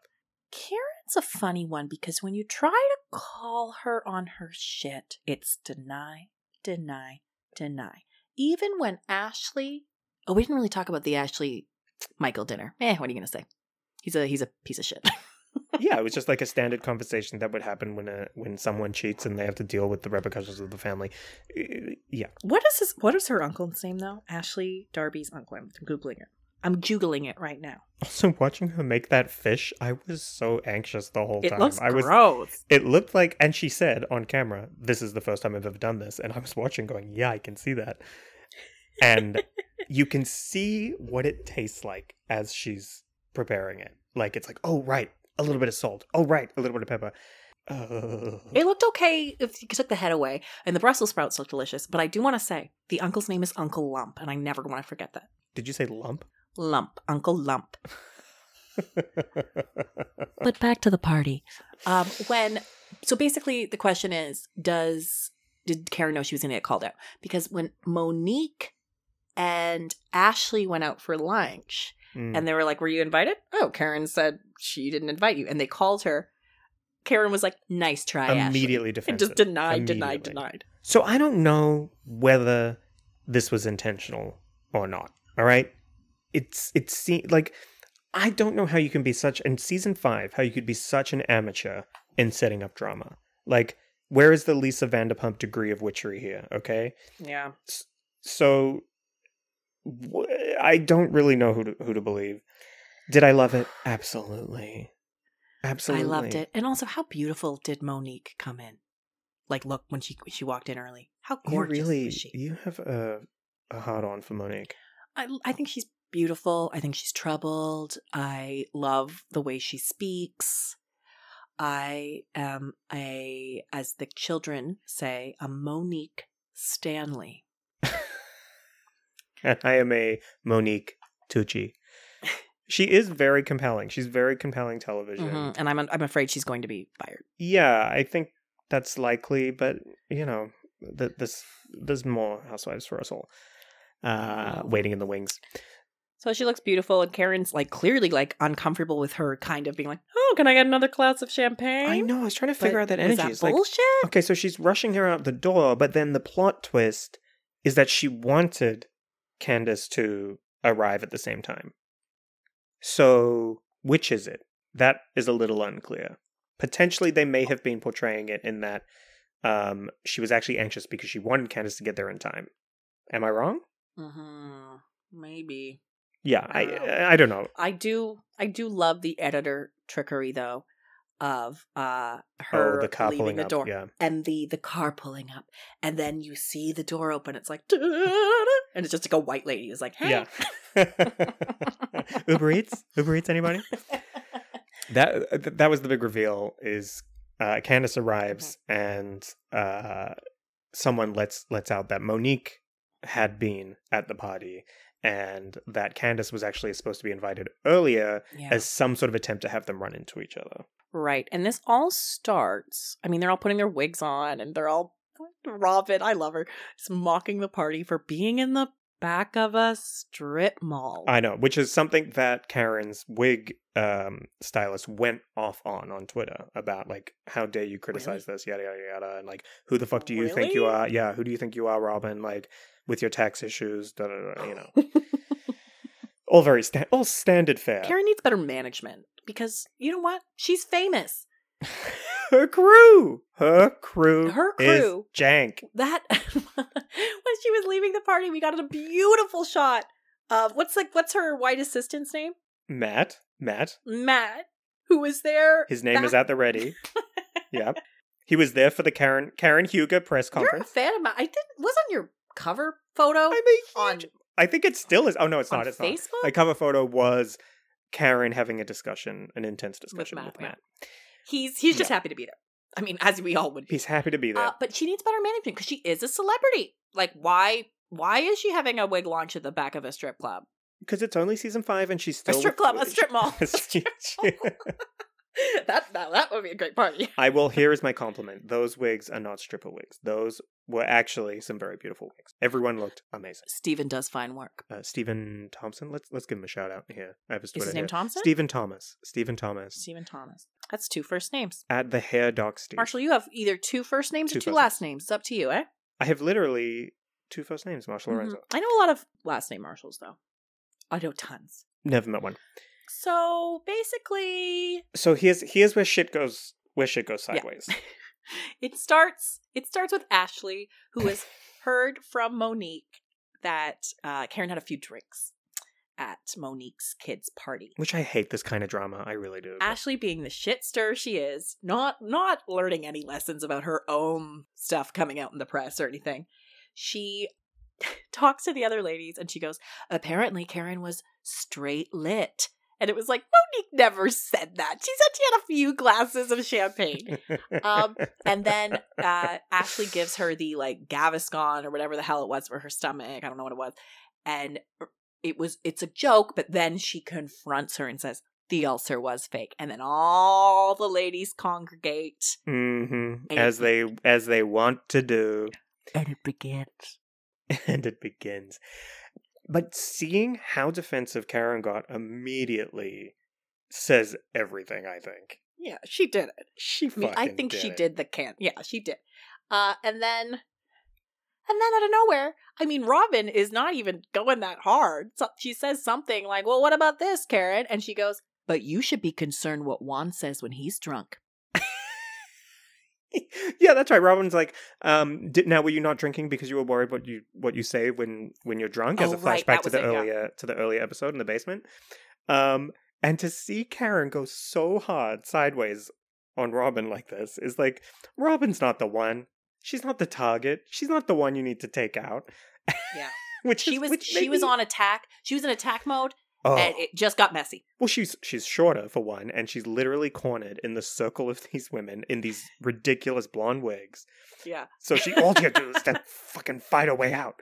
S1: Karen's a funny one because when you try to call her on her shit, it's deny, deny, deny. Even when Ashley, oh, we didn't really talk about the Ashley Michael dinner. Eh, what are you gonna say? He's a he's a piece of shit. *laughs*
S2: yeah, it was just like a standard conversation that would happen when a, when someone cheats and they have to deal with the repercussions of the family. Uh, Yeah,
S1: what is his? What is her uncle's name though? Ashley Darby's uncle. I'm googling it. I'm juggling it right now.
S2: Also, watching her make that fish, I was so anxious the whole
S1: It
S2: time.
S1: looks
S2: I was.
S1: gross.
S2: It looked like, and she said on camera, "This is the first time I've ever done this," and I was watching, going, "Yeah, I can see that," and you can see what it tastes like as she's preparing it. Like it's like, oh right, a little bit of salt. Oh right, a little bit of pepper. Uh,
S1: It looked okay if you took the head away, and the Brussels sprouts looked delicious. But I do want to say the uncle's name is Uncle Lump, and I never want to forget that.
S2: did you say lump? *laughs*
S1: Lump, Uncle Lump. *laughs* But back to the party. Um, when so basically the question is, does did Karen know she was going to get called out? Because when Monique and Ashley went out for lunch,
S2: Mm.
S1: and they were like, "Were you invited?" Oh, Karen said she didn't invite you, and they called her. Karen was like, "Nice try, Ashley,"
S2: immediately
S1: and
S2: defensive.
S1: *laughs* just denied, denied,
S2: Immediately.
S1: denied.
S2: So I don't know whether this was intentional or not. All right, it's it seems like I don't know how you can be such in season five how you could be such an amateur in setting up drama. Like, where is the Lisa Vanderpump degree of witchery here? Okay,
S1: Yeah,
S2: so wh- I don't really know who to, who to believe. Did I love it? Absolutely,
S1: I
S2: absolutely.
S1: loved it. And also, how beautiful did Monique come in? Like, look when she when she walked in early. How
S2: You
S1: gorgeous
S2: really
S1: was she?
S2: you have a a hard on for Monique.
S1: I, I think she's beautiful. I think she's troubled. I love the way she speaks. I am a, as the children say, a Monique Stanley.
S2: And *laughs* I am a Monique Tucci. She is very compelling. She's very compelling television.
S1: Mhm. And I'm I'm afraid she's going to be fired.
S2: Yeah, I think that's likely, but you know, th- this there's more housewives for us all. Uh,
S1: Mm.
S2: waiting in the wings.
S1: So she looks beautiful, and Karen's like clearly like uncomfortable with her, kind of being like, "Oh, can I get another glass of champagne?"
S2: I know. I was trying to
S1: But
S2: figure out that
S1: was
S2: energy.
S1: that
S2: it's like
S1: bullshit.
S2: okay, so she's rushing her out the door, but then the plot twist is that she wanted Candace to arrive at the same time. So, which is it? That is a little unclear. Potentially, they may have been portraying it in that um, she was actually anxious because she wanted Candace to get there in time. Am I wrong?
S1: hmm Maybe
S2: Yeah,
S1: Oh.
S2: I I don't know.
S1: I do. I do love the editor trickery though, of uh her
S2: Oh, the car
S1: leaving
S2: pulling
S1: the
S2: up.
S1: door
S2: Yeah,
S1: and the the car pulling up, and then you see the door open. It's like, and it's just like a white lady is like, "Hey,
S2: yeah. *laughs* Uber Eats. Uber Eats. Anybody? that uh, th- that was the big reveal is uh Candace arrives
S1: Mm-hmm.
S2: and uh someone lets lets out that Monique had been at the party and that Candace was actually supposed to be invited earlier
S1: yeah.
S2: as some sort of attempt to have them run into each other.
S1: Right. And this all starts, I mean, they're all putting their wigs on and they're all, Robin, I love her, is mocking the party for being in the back of a strip mall.
S2: I know, which is something that Karen's wig um stylist went off on on Twitter about like how dare you criticize this yada yada yada and like who the fuck do you think you
S1: Really?
S2: are? Yeah, who do you think you are, Robin? Like with your tax issues, da da
S1: Oh,
S2: da, you know. all very sta- all standard fare.
S1: Karen needs better management because you know what? She's famous.
S2: *laughs* her crew, her crew,
S1: Her
S2: is
S1: crew.
S2: jank.
S1: That, *laughs* when she was leaving the party, we got a beautiful shot of what's like, what's her white assistant's name?
S2: Matt, Matt,
S1: Matt, who was there.
S2: his name is
S1: back-
S2: at the ready.
S1: *laughs*
S2: yeah, he was there for the Karen Karen Huger press
S1: You're a
S2: conference.
S1: fan of Matt. I didn't, wasn't your cover photo
S2: I'm a
S1: on,
S2: I think it still is. Oh no, it's
S1: on
S2: not. It's not.
S1: Facebook?
S2: My cover photo was Karen having a discussion, an intense discussion
S1: Matt,
S2: with Matt.
S1: yeah. He's he's just happy to be there. I mean, as we all would be.
S2: He's happy to be there.
S1: Uh, but she needs better management because she is a celebrity. Like, why why is she having a wig launch at the back of a strip club? *laughs*
S2: because it's only season five, and
S1: A
S2: she's still
S1: strip club,
S2: *laughs*
S1: a strip mall.
S2: She-
S1: that, that that would be a great party.
S2: I will. Here is my compliment. Those wigs are not stripper wigs. Those were actually some very beautiful wigs. Everyone looked amazing.
S1: Stephen does fine work.
S2: Uh, Stephen Thompson. Let's let's give him a shout out here. I have his
S1: Is
S2: Twitter.
S1: his name
S2: here.
S1: Thompson?
S2: Stephen Thomas. Stephen Thomas
S1: Stephen Thomas. That's two first names.
S2: at the hair doc. Steve.
S1: Marshall, you have either two first names
S2: Two
S1: or two
S2: first
S1: last names. It's up to you, eh?
S2: I have literally two first names. Marshall Lorenzo.
S1: Mhm. I know a lot of last name Marshalls though. I know tons.
S2: Never met one.
S1: So basically,
S2: so here's here's where shit goes where shit goes
S1: Yeah.
S2: sideways.
S1: it starts it starts with Ashley,
S2: *laughs*
S1: who has heard from Monique that uh, Karen had a few drinks, at Monique's kids' party.
S2: Which I hate this kind of drama. I really do. *laughs*
S1: Ashley being the shit stir she is, not not learning any lessons about her own stuff coming out in the press or anything. She *laughs* talks to the other ladies and she goes, "Apparently Karen was straight lit." And it was like, Monique never said that. She said she had a few glasses of champagne.
S2: *laughs*
S1: Um, and then uh, Ashley gives her the like Gaviscon or whatever the hell it was for her stomach. I don't know what it was. And er, it was it's a joke, but then she confronts her and says, the ulcer was fake. And then all the ladies congregate.
S2: Mhm. as they as they want to do,
S1: And it begins.
S2: *laughs* and it begins. But seeing how defensive Karen got immediately says everything. I think
S1: Yeah, she did it.
S2: she.
S1: I mean, I
S2: fucking
S1: think she
S2: it.
S1: did the can. Yeah, she did. Uh, and then, and then out of nowhere, I mean, Robin is not even going that hard. So she says something like, "Well, what about this, Karen?" And she goes, "But you should be concerned what Juan says when he's drunk."
S2: *laughs* yeah, that's right. Robin's like, um, did, now were you not drinking because you were worried what you what you say when when you're drunk? As
S1: Oh,
S2: a
S1: right,
S2: flashback
S1: that
S2: to
S1: was
S2: the
S1: it, yeah.
S2: earlier to the earlier episode in the basement. Um, and to see Karen go so hard sideways on Robin like this is like Robin's not the one. She's not the target. She's not the one you need to take out.
S1: Yeah.
S2: *laughs* which
S1: She
S2: is-
S1: was
S2: which
S1: she
S2: made
S1: was
S2: me-
S1: on attack. She was in attack mode,
S2: Oh.
S1: and it just got messy.
S2: Well, she's she's shorter for one, and she's literally cornered in the circle of *laughs* these women in these ridiculous blonde wigs.
S1: Yeah.
S2: So she all she had to do is
S1: *laughs*
S2: to fucking fight her way out.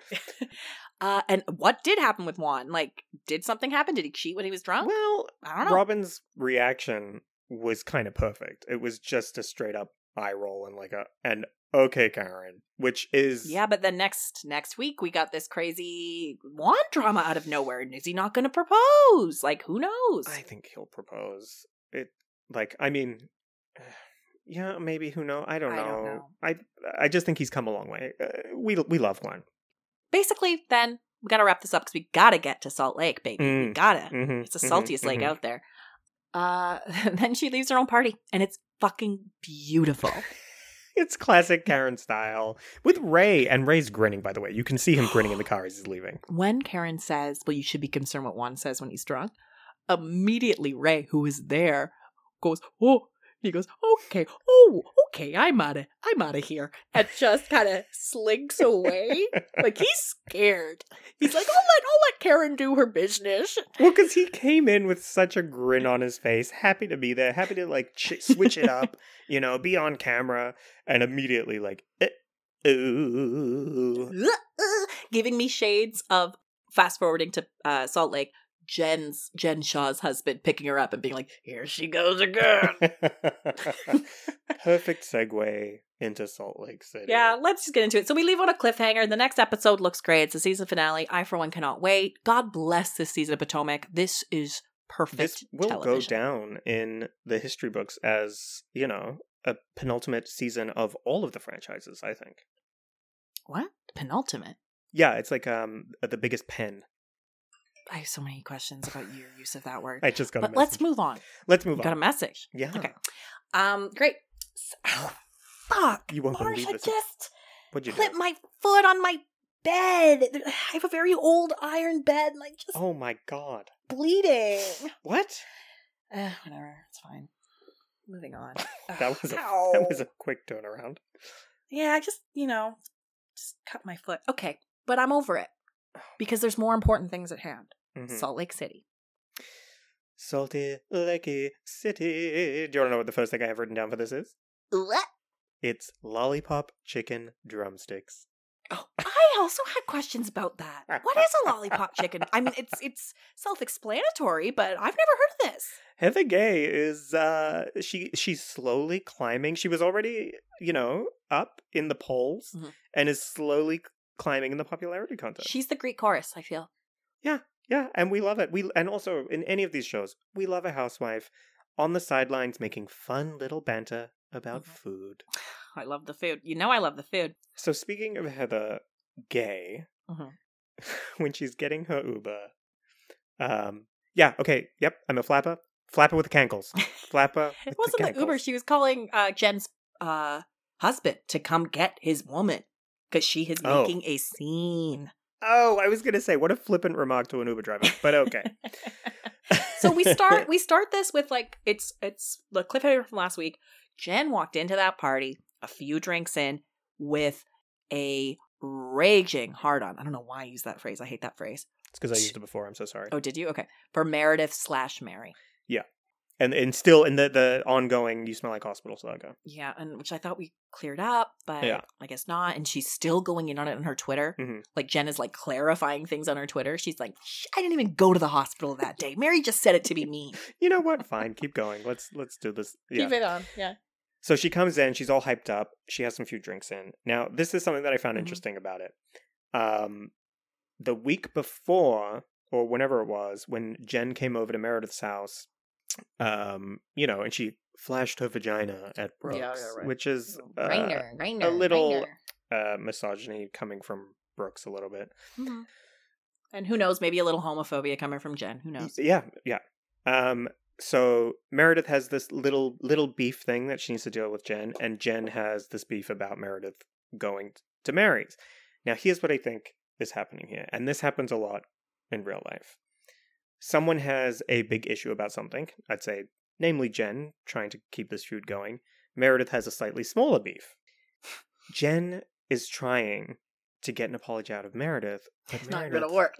S1: Uh, and what did happen with Juan? Like, did something happen? Did he cheat when he was drunk?
S2: Well,
S1: I don't know.
S2: Robin's reaction was kind of perfect. It was just a straight up eye roll and like a and okay, Karen, which is
S1: Yeah, but then next next week we got this crazy Juan drama out of nowhere. And is he not going to propose? Like, who knows?
S2: I think he'll propose. It like I mean, *sighs* yeah, maybe who know? I don't know.
S1: I don't know.
S2: I I just think he's come a long way. Uh, we we love one.
S1: Basically, then we got to wrap this up because we got to get to Salt Lake, baby. We
S2: Mm,
S1: gotta.
S2: mhm,
S1: It's the
S2: mhm,
S1: saltiest lake
S2: mhm.
S1: out there. Uh, *laughs* then she leaves her own party, and it's fucking beautiful.
S2: It's classic Karen style with Ray, and Ray's grinning. By the way, you can see him grinning in the car as he's leaving.
S1: when Karen says, "Well, you should be concerned what Juan says when he's drunk," immediately Ray, who is there, goes, "Oh." He goes, "Okay, oh, okay, I'm out of, I'm out of here," and just kind of slinks away. like he's scared. He's like, "I'll let, I'll let Karen do her business."
S2: *laughs*
S1: *laughs*
S2: Well, because he came in with such a grin on his face, happy to be there, happy to like ch- switch it
S1: *laughs*
S2: up, you know, be on camera, and immediately like, eh, ooh, *laughs*
S1: Giving me shades of fast forwarding to uh, Salt Lake. Jen's Jen Shaw's husband picking her up and being like, "Here she goes again."
S2: perfect segue into Salt Lake City.
S1: Yeah, let's just get into it. So we leave on a cliffhanger. The next episode looks great. It's the season finale. I, for one, cannot wait. God bless this season of Potomac. This is perfect
S2: this will
S1: television.
S2: go down in the history books as you know a penultimate season of all of the franchises. I think.
S1: What? Penultimate.
S2: Yeah, it's like um the biggest pen.
S1: I have so many questions about your use of that word.
S2: *laughs* I just got.
S1: but
S2: a
S1: let's
S2: message.
S1: move on.
S2: Let's move
S1: Got a
S2: on.
S1: message.
S2: yeah.
S1: okay. Um, great. So, oh, fuck.
S2: You won't
S1: Marsh,
S2: believe
S1: I
S2: this.
S1: just
S2: What'd you do?
S1: clipped my foot on my bed. *sighs* I have a very old iron bed and I just
S2: Oh my god.
S1: bleeding.
S2: *laughs* What?
S1: Uh, whatever. It's fine. Moving *laughs* on.
S2: That was a
S1: Ow.
S2: that was a quick turnaround.
S1: Yeah, I just, you know, just cut my foot. Okay, but I'm over
S2: *sighs*
S1: it because there's more important things at hand.
S2: Mhm.
S1: Salt Lake City.
S2: Salty Lakey City. Do you want to know what the first thing I have written down for this is? It's lollipop chicken drumsticks.
S1: Oh, I also had questions about
S2: *laughs*
S1: that. What is a lollipop chicken? I mean, it's it's self-explanatory, but I've never heard of this.
S2: Heather Gay is uh she she's slowly climbing. She was already, you know, up in the polls
S1: Mhm.
S2: and is slowly climbing in the popularity contest.
S1: She's the Greek chorus, I feel.
S2: Yeah, and we love it. We and also in any of these shows, we love a housewife on the sidelines making fun little banter about
S1: Mhm.
S2: food.
S1: I love the food. You know I love the food.
S2: So speaking of Heather Gay,
S1: Mhm.
S2: *laughs* when she's getting her Uber, um, yeah, okay, yep, I'm a flapper, flapper with the cankles,
S1: *laughs*
S2: flapper.
S1: It
S2: with
S1: wasn't the Uber.
S2: cankles.
S1: She was calling uh, Jen's uh, husband to come get his woman because she is
S2: Oh.
S1: making a scene.
S2: Oh, I was gonna say, what a flippant remark to an Uber driver,
S1: *laughs*
S2: but okay.
S1: so we
S2: *laughs*
S1: start we start this with like it's it's the cliffhanger from last week. Jen walked into that party a few drinks in with a raging hard on. I don't know why I use that phrase. I hate that phrase.
S2: It's because I used it before. I'm so sorry.
S1: Oh, did you? Okay. For Meredith slash Mary.
S2: And and still in the the ongoing, you smell like hospital saga.
S1: Yeah, and which I thought we cleared up, but
S2: Yeah.
S1: I guess not. And she's still going in on it on her Twitter.
S2: Mhm.
S1: Like Jen is like clarifying things on her Twitter. She's like, "Shh, I didn't even go to the hospital that day. Mary just said it to be
S2: *laughs*
S1: me.
S2: You know what? Fine, keep going. Let's let's do this. Yeah.
S1: it on. Yeah.
S2: So she comes in, she's all hyped up, she has some few drinks in. Now, this is something that I found
S1: Mhm.
S2: interesting about it. Um the week before, or whenever it was, when Jen came over to Meredith's house, um, you know, and she flashed her vagina at Brooks,
S1: yeah, right.
S2: which is uh,
S1: Rainer, Rainer.
S2: little- uh misogyny coming from Brooks a little bit.
S1: Mhm. And who knows, maybe a little homophobia coming from Jen. Who knows?
S2: Yeah, yeah. Um, so Meredith has this little little beef thing that she needs to deal with Jen, and Jen has this beef about Meredith going to Mary's. Now, here's what I think is happening here, and this happens a lot in real life. Someone has a big issue about something. I'd say, namely, Jen trying to keep this feud going. Meredith has a slightly
S1: *laughs*
S2: smaller beef. Jen is trying to get an apology out of Meredith. but Meredith- *laughs*
S1: work.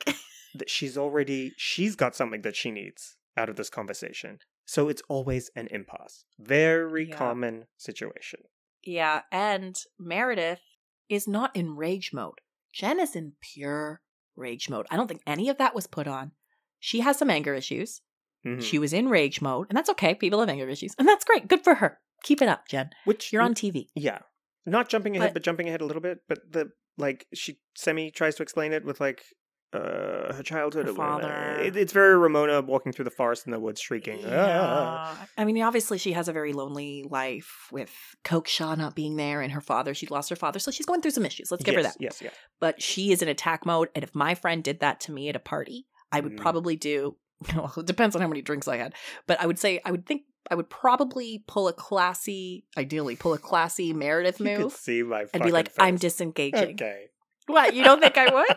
S2: that she's already she's got something that she needs out of this conversation. So it's always an impasse. Very
S1: Yeah.
S2: common situation.
S1: yeah, and Meredith is not in rage mode. Jen is in pure rage mode. I don't think any of that was put on. She has some anger issues.
S2: Mhm.
S1: She was in rage mode, and that's okay. People have anger issues, and that's great. Good for her. Keep it up, Jen.
S2: Which
S1: You're on TV.
S2: Yeah, not jumping ahead,
S1: But-
S2: but, jumping ahead a little bit. But the like she semi tries to explain it with like uh her childhood
S1: Her
S2: or whatever.
S1: father.
S2: It- it's very Ramona walking through the forest in the woods shrieking. "Ah."
S1: Yeah. I mean, obviously, she has a very lonely life with Coke Shaw not being there and her father. She lost her father, so she's going through some issues. Let's give her
S2: Yes,
S1: that.
S2: Yes, yeah.
S1: But she is in attack mode, and if my friend did that to me at a party, I would
S2: Mm.
S1: probably do. *laughs* Well, it depends on how many drinks I had, but I would say I would think I would probably pull a classy, ideally pull a classy Meredith
S2: You could
S1: move
S2: see my
S1: and be
S2: fucking
S1: like, "I'm
S2: face.
S1: disengaging."
S2: Okay.
S1: What? You don't think I *laughs* would,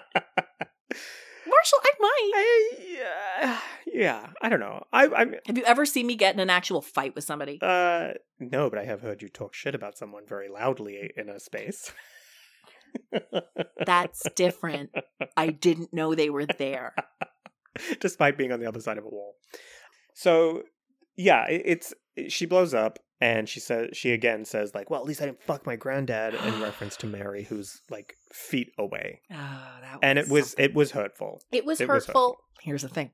S1: Marshall? I might.
S2: I- yeah, yeah. I don't know. I, I'm
S1: Have you ever seen me get in an actual fight with somebody?
S2: Uh, no, but I have heard you talk shit about someone very loudly in a space. *laughs*
S1: That's different. I didn't know they were there.
S2: Despite being on the other side of a wall. So, yeah, it- it's she blows up and she says she again says like, "Well, at least I didn't fuck my
S1: *gasps*
S2: granddad," in reference to Mary, who's like feet away,
S1: *laughs* Oh, that
S2: and it was
S1: something.
S2: it was hurtful.
S1: it was
S2: it was
S1: hurtful.
S2: hurtful.
S1: Here's the thing,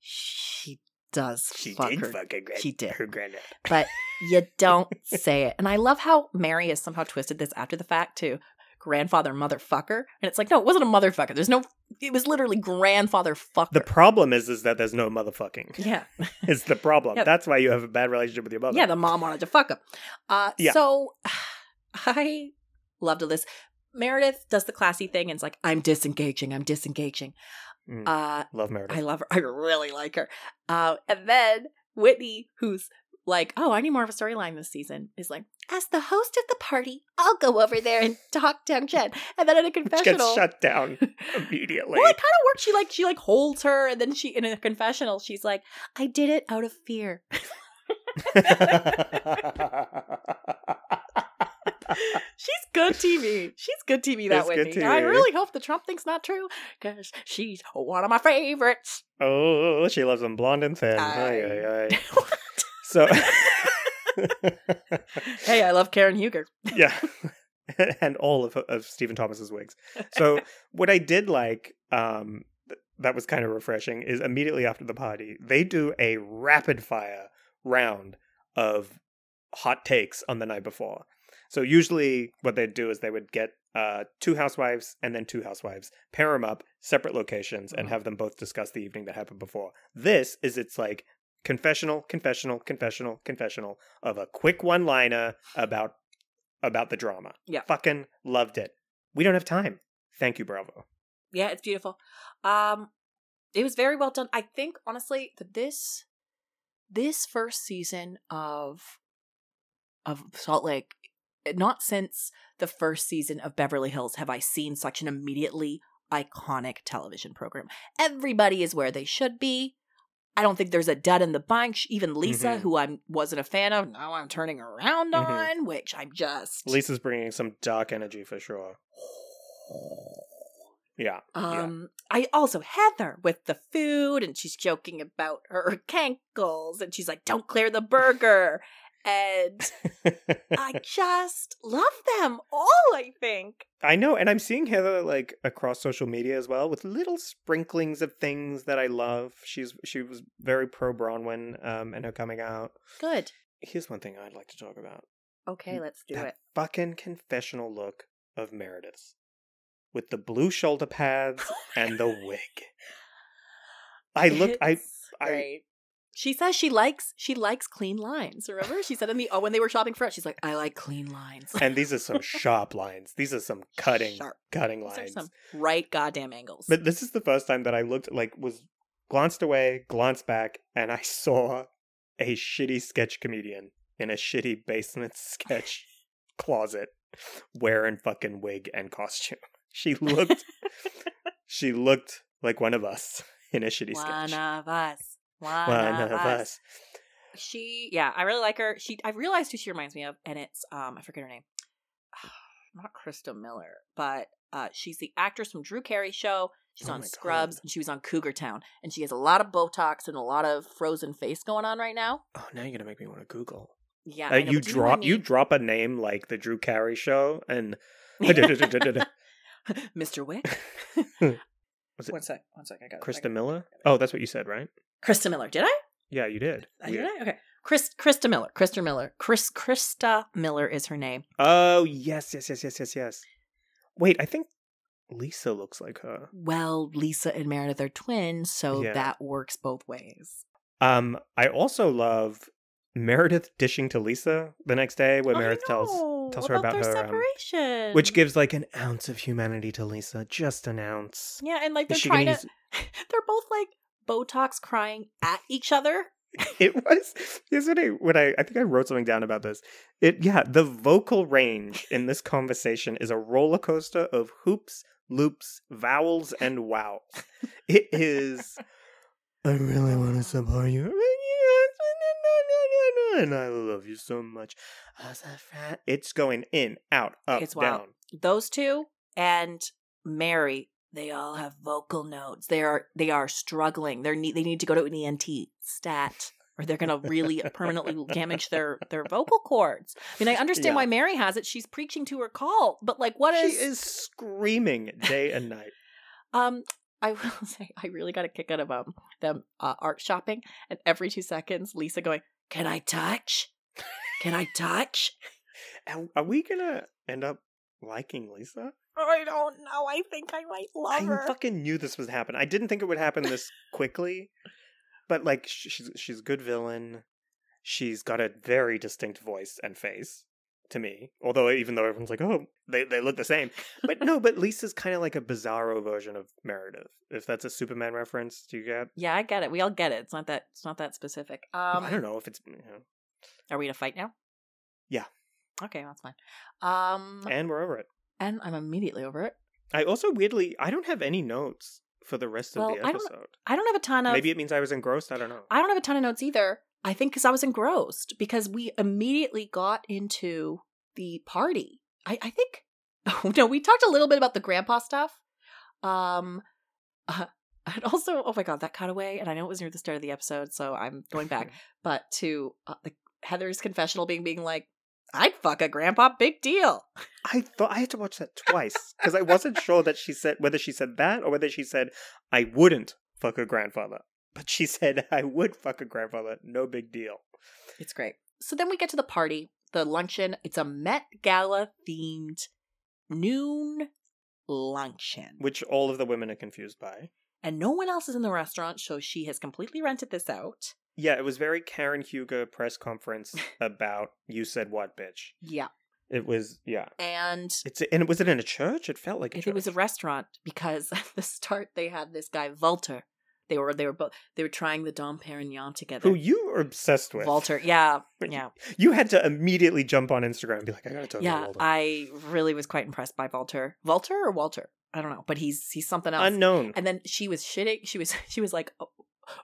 S1: she does
S2: She
S1: fuck
S2: did
S1: her.
S2: fuck her grand-
S1: she did.
S2: her granddad.
S1: but you don't say it. And I love how Mary has somehow twisted this after the fact to grandfather motherfucker, and it's like no, it wasn't a motherfucker. There's no. It was literally grandfather fucker.
S2: *laughs* The problem is is that there's
S1: *laughs*
S2: no motherfucking.
S1: yeah,
S2: Is the problem.
S1: Yep.
S2: That's why you have a bad relationship with your mother.
S1: yeah. The mom wanted to fuck him. Uh,
S2: Yeah.
S1: So *sighs* I loved this. Meredith does the classy thing and it's like, I'm disengaging, I'm disengaging.
S2: Mm,
S1: Uh,
S2: love Meredith.
S1: I love her. *laughs* I really like her. Uh, and then Whitney, who's like, oh, I need more of a storyline this season, is like, as the host of the party, I'll go over there and *laughs* talk down Jen. And then at a
S2: Which gets
S1: confessional. *laughs*
S2: shut down immediately.
S1: Well, it kind of works. She like she like holds her, and then she in a confessional, she's like, "I did it out of fear." She's good TV. She's good TV. That
S2: It's good
S1: Whitney. I
S2: TV.
S1: really hope the Trump thing's not true because she's one of my favorites.
S2: *laughs* oh, she loves them blonde and thin. Ay, ay, ay. So,
S1: hey, I love Karen Huger.
S2: yeah, *laughs* and all of of Stephen Thomas's wigs. So, what I did like, um, th- that was kind of refreshing, is immediately after the party, they do a rapid fire round of hot takes on the night before. So usually, what they'd do is they would get uh, two housewives and then two housewives, pair them up, separate locations, and
S1: Mhm.
S2: have them both discuss the evening that happened before. This is it's like confessional, confessional, confessional, confessional of a quick one liner about about the drama.
S1: Yeah.
S2: fucking loved it. We don't have time. Thank you, Bravo.
S1: Yeah, it's beautiful. Um it was very well done. I think honestly that this this first season of of Salt Lake eh, not since the first season of Beverly Hills have I seen such an immediately iconic television program. Everybody is where they should be. I don't think there's a dud in the bunch. Even Lisa,
S2: Mhm.
S1: who I wasn't a fan of, now I'm turning around
S2: Mhm.
S1: on, which I'm just.
S2: Lisa's bringing some dark energy for sure. Yeah.
S1: Um, I also Heather with the food, and she's joking about her cankles, and she's like, "Don't clear the burger," and *laughs* I just love them all. I think
S2: *laughs* I know, and I'm seeing Heather like across social media as well with little sprinklings of things that I love. She's she was very pro Bronwyn um and her coming out.
S1: good.
S2: Here's one thing I'd like to talk about.
S1: Okay, let's do
S2: that
S1: it.
S2: fucking confessional look of Meredith with the blue shoulder pads and the wig.
S1: *laughs*
S2: I look I
S1: It's
S2: I-
S1: great. She says she likes she likes clean lines. Remember, she said in the oh when they were shopping for us, she's like, "I like clean lines." *laughs*
S2: and these are some sharp lines. These are some cutting
S1: Sharp.
S2: cutting
S1: These are
S2: lines.
S1: some right goddamn angles.
S2: But this is the first time that I looked like was glanced away, glanced back, and I saw a shitty sketch comedian in a shitty basement
S1: *laughs*
S2: sketch closet wearing fucking wig and costume. *laughs* She looked she looked like one of us in a shitty
S1: one
S2: sketch.
S1: of us, one, of us. She, yeah, I really like her. She, I realized who she reminds me of, and it's um, I forget her name, *sighs* not Krista Miller, but uh, she's the actress from Drew Carey show. She's
S2: Oh
S1: on
S2: my God.
S1: Scrubs, and she was on Cougar Town, and she has a lot of Botox and a lot of frozen face going on right now.
S2: Oh, now you're gonna make me want to Google.
S1: Yeah,
S2: Uh,
S1: I know,
S2: you
S1: but do know what I
S2: drop you
S1: mean?
S2: drop a name like the Drew Carey show
S1: *laughs*
S2: and *laughs*
S1: Mr. Wick.
S2: Was it-
S1: sec, one sec. I got *laughs*
S2: Krista Miller. Oh, that's what you said, right?
S1: Krista Miller. Did I?
S2: Yeah, you did.
S1: I
S2: Weird.
S1: did I? Okay. Chris, Krista Miller. Krista Miller. Chris, Krista Miller is her name.
S2: Oh yes, yes, yes, yes, yes, yes. Wait, I think Lisa looks like her.
S1: Well, Lisa and Meredith are twins, so
S2: Yeah.
S1: that works both ways.
S2: Um, I also love Meredith dishing to Lisa the next day,
S1: Oh,
S2: where Meredith tells, tells her about
S1: their
S2: her, um,
S1: separation,
S2: which gives like an ounce of humanity to Lisa, just an ounce.
S1: yeah, and like
S2: Is
S1: they're
S2: she
S1: trying
S2: gonna
S1: to, *laughs* they're both like Botox crying at each other.
S2: *laughs* it was yesterday when I I think I wrote something down about this. It yeah, the vocal range in this conversation is a roller coaster of hoops, loops, vowels, and wow. It is. I really want to support you. *laughs* And I love you so much. It's going in, out, up,
S1: It's wild.
S2: down.
S1: Those two and Mary, they all have vocal notes. They are they are struggling. They need they need to go to an ENT stat. Or they're gonna really permanently damage their their vocal cords. I mean, I understand
S2: Yeah.
S1: why Mary has it. She's preaching to her call, but like, what
S2: she
S1: is?
S2: is screaming day and night.
S1: Um, I *laughs* will say I really got a kick out of um them uh, art shopping, and every two seconds, Lisa going, "Can I touch? Can I touch?"
S2: Are- Are we gonna end up liking Lisa?
S1: *laughs* I don't know. I think I might love
S2: I fucking knew this would happen. I didn't think it would
S1: *laughs*
S2: happen this quickly, but like sh- she's she's a good villain. She's got a very distinct voice and face to me. Although even though everyone's like, oh, they they look the same, but no. But Lisa's kind of like a bizarro version of Meredith. If that's a Superman reference, do you get?
S1: yeah, I get it. We all get it. It's not that. It's not that specific. Um,
S2: I don't know if it's. You know,
S1: Are we in a fight now?
S2: Yeah.
S1: Okay, that's fine. Um,
S2: and we're over it.
S1: and I'm immediately over it.
S2: I also weirdly I don't have any notes for the rest of
S1: Well,
S2: the
S1: I don't-
S2: episode.
S1: I don't have a ton of.
S2: Maybe it means I was engrossed. I don't know.
S1: I don't have a ton of notes either. I think because I was engrossed because we immediately got into the party. I, I think. *laughs* Oh no, we talked a little bit about the grandpa stuff. Um, *laughs* uh, and also, oh my god, that cutaway. And I know it was near the start of the episode, so I'm going *laughs* back. but to uh, the, Heather's confessional being being like, "I'd fuck a grandpa, big deal."
S2: I thought I had to watch that twice because I wasn't sure that she said whether she said that or whether she said I wouldn't fuck her grandfather. But she said I would fuck her grandfather. No big deal.
S1: It's great. So then we get to the party, the luncheon. It's a Met Gala themed noon luncheon.
S2: Which all of the women are confused by.
S1: and no one else is in the restaurant, so she has completely rented this out.
S2: Yeah, it was very Karen Huger
S1: *laughs*
S2: press conference about you said what, bitch.
S1: Yeah.
S2: It was yeah.
S1: And
S2: It's and was it in a church? It felt like a
S1: if
S2: church.
S1: it was a restaurant because *laughs* at the start they had this guy Walter. They were they were both they were trying the Dom Perignon together.
S2: who you were obsessed with.
S1: Walter, yeah,
S2: *laughs* But
S1: yeah,
S2: You had to immediately jump on Instagram and be like, I gotta talk
S1: yeah.
S2: about Walter.
S1: I really was quite impressed by Walter. Walter or Walter? I don't know, but he's he's something else.
S2: Unknown.
S1: and then she was shitting she was *laughs* she was like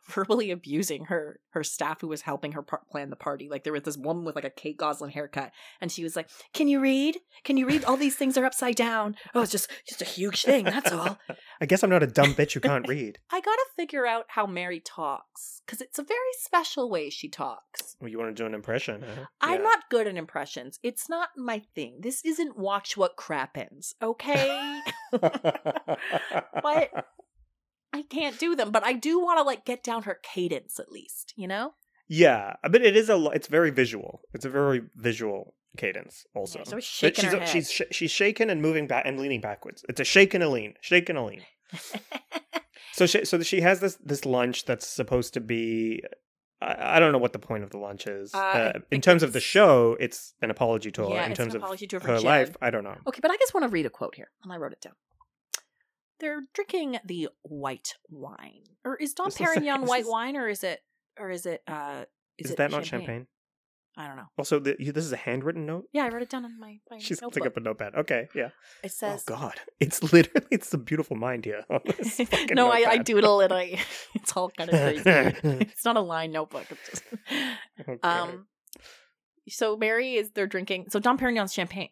S1: verbally abusing her her staff who was helping her par- plan the party like there was this woman with like a kate goslin haircut and she was like can you read can you read all these things are upside down oh it's just just a huge thing that's all
S2: *laughs* I guess I'm not a dumb bitch
S1: *laughs*
S2: who can't read.
S1: i gotta figure out how mary talks because it's a very special way she talks
S2: Well, you want to do an impression? Huh?
S1: i'm
S2: Yeah. *laughs*
S1: not good at impressions it's not my thing this isn't watch what crappens
S2: *laughs*
S1: okay But- i can't do them but i do want to like get down her cadence at least you know
S2: Yeah, but it is a. lo- It's very visual. It's a very visual cadence. Also,
S1: Yeah, so it's
S2: But
S1: shaking
S2: she's
S1: her head.
S2: she's sh- she's shaken and moving back and leaning backwards. It's a shake and a lean, shake and a lean. So she so she has this this lunch that's supposed to be. I, I don't know what the point of the lunch is.
S1: Uh,
S2: Uh,
S1: I
S2: in
S1: think
S2: terms of the
S1: it's-
S2: show, it's an apology to her.
S1: Yeah,
S2: in
S1: it's
S2: terms
S1: an
S2: of
S1: apology to her for
S2: her
S1: Jen. Oh,
S2: life, I don't know.
S1: *laughs* Okay, but I just want to read a quote here, and I wrote it down. They're drinking the white wine, or is Dom
S2: This is-
S1: Perignon
S2: this
S1: white
S2: is-
S1: wine, or is it, or is it, uh, is,
S2: Is,
S1: it
S2: that not champagne?
S1: I don't know.
S2: Also, the, you, this is a handwritten note.
S1: Yeah, I wrote it down on my, my
S2: She's
S1: notebook.
S2: picking up a notepad. Okay, yeah.
S1: it says, *laughs*
S2: oh God, *laughs* it's literally it's a beautiful mind here. on this fucking
S1: no, I, I
S2: notepad.
S1: doodle and I, *laughs* it's all kind of
S2: *laughs*
S1: crazy. it's not a line notebook. It's just, *laughs*
S2: Okay.
S1: um, so Mary is they're drinking. So Dom Perignon's champagne.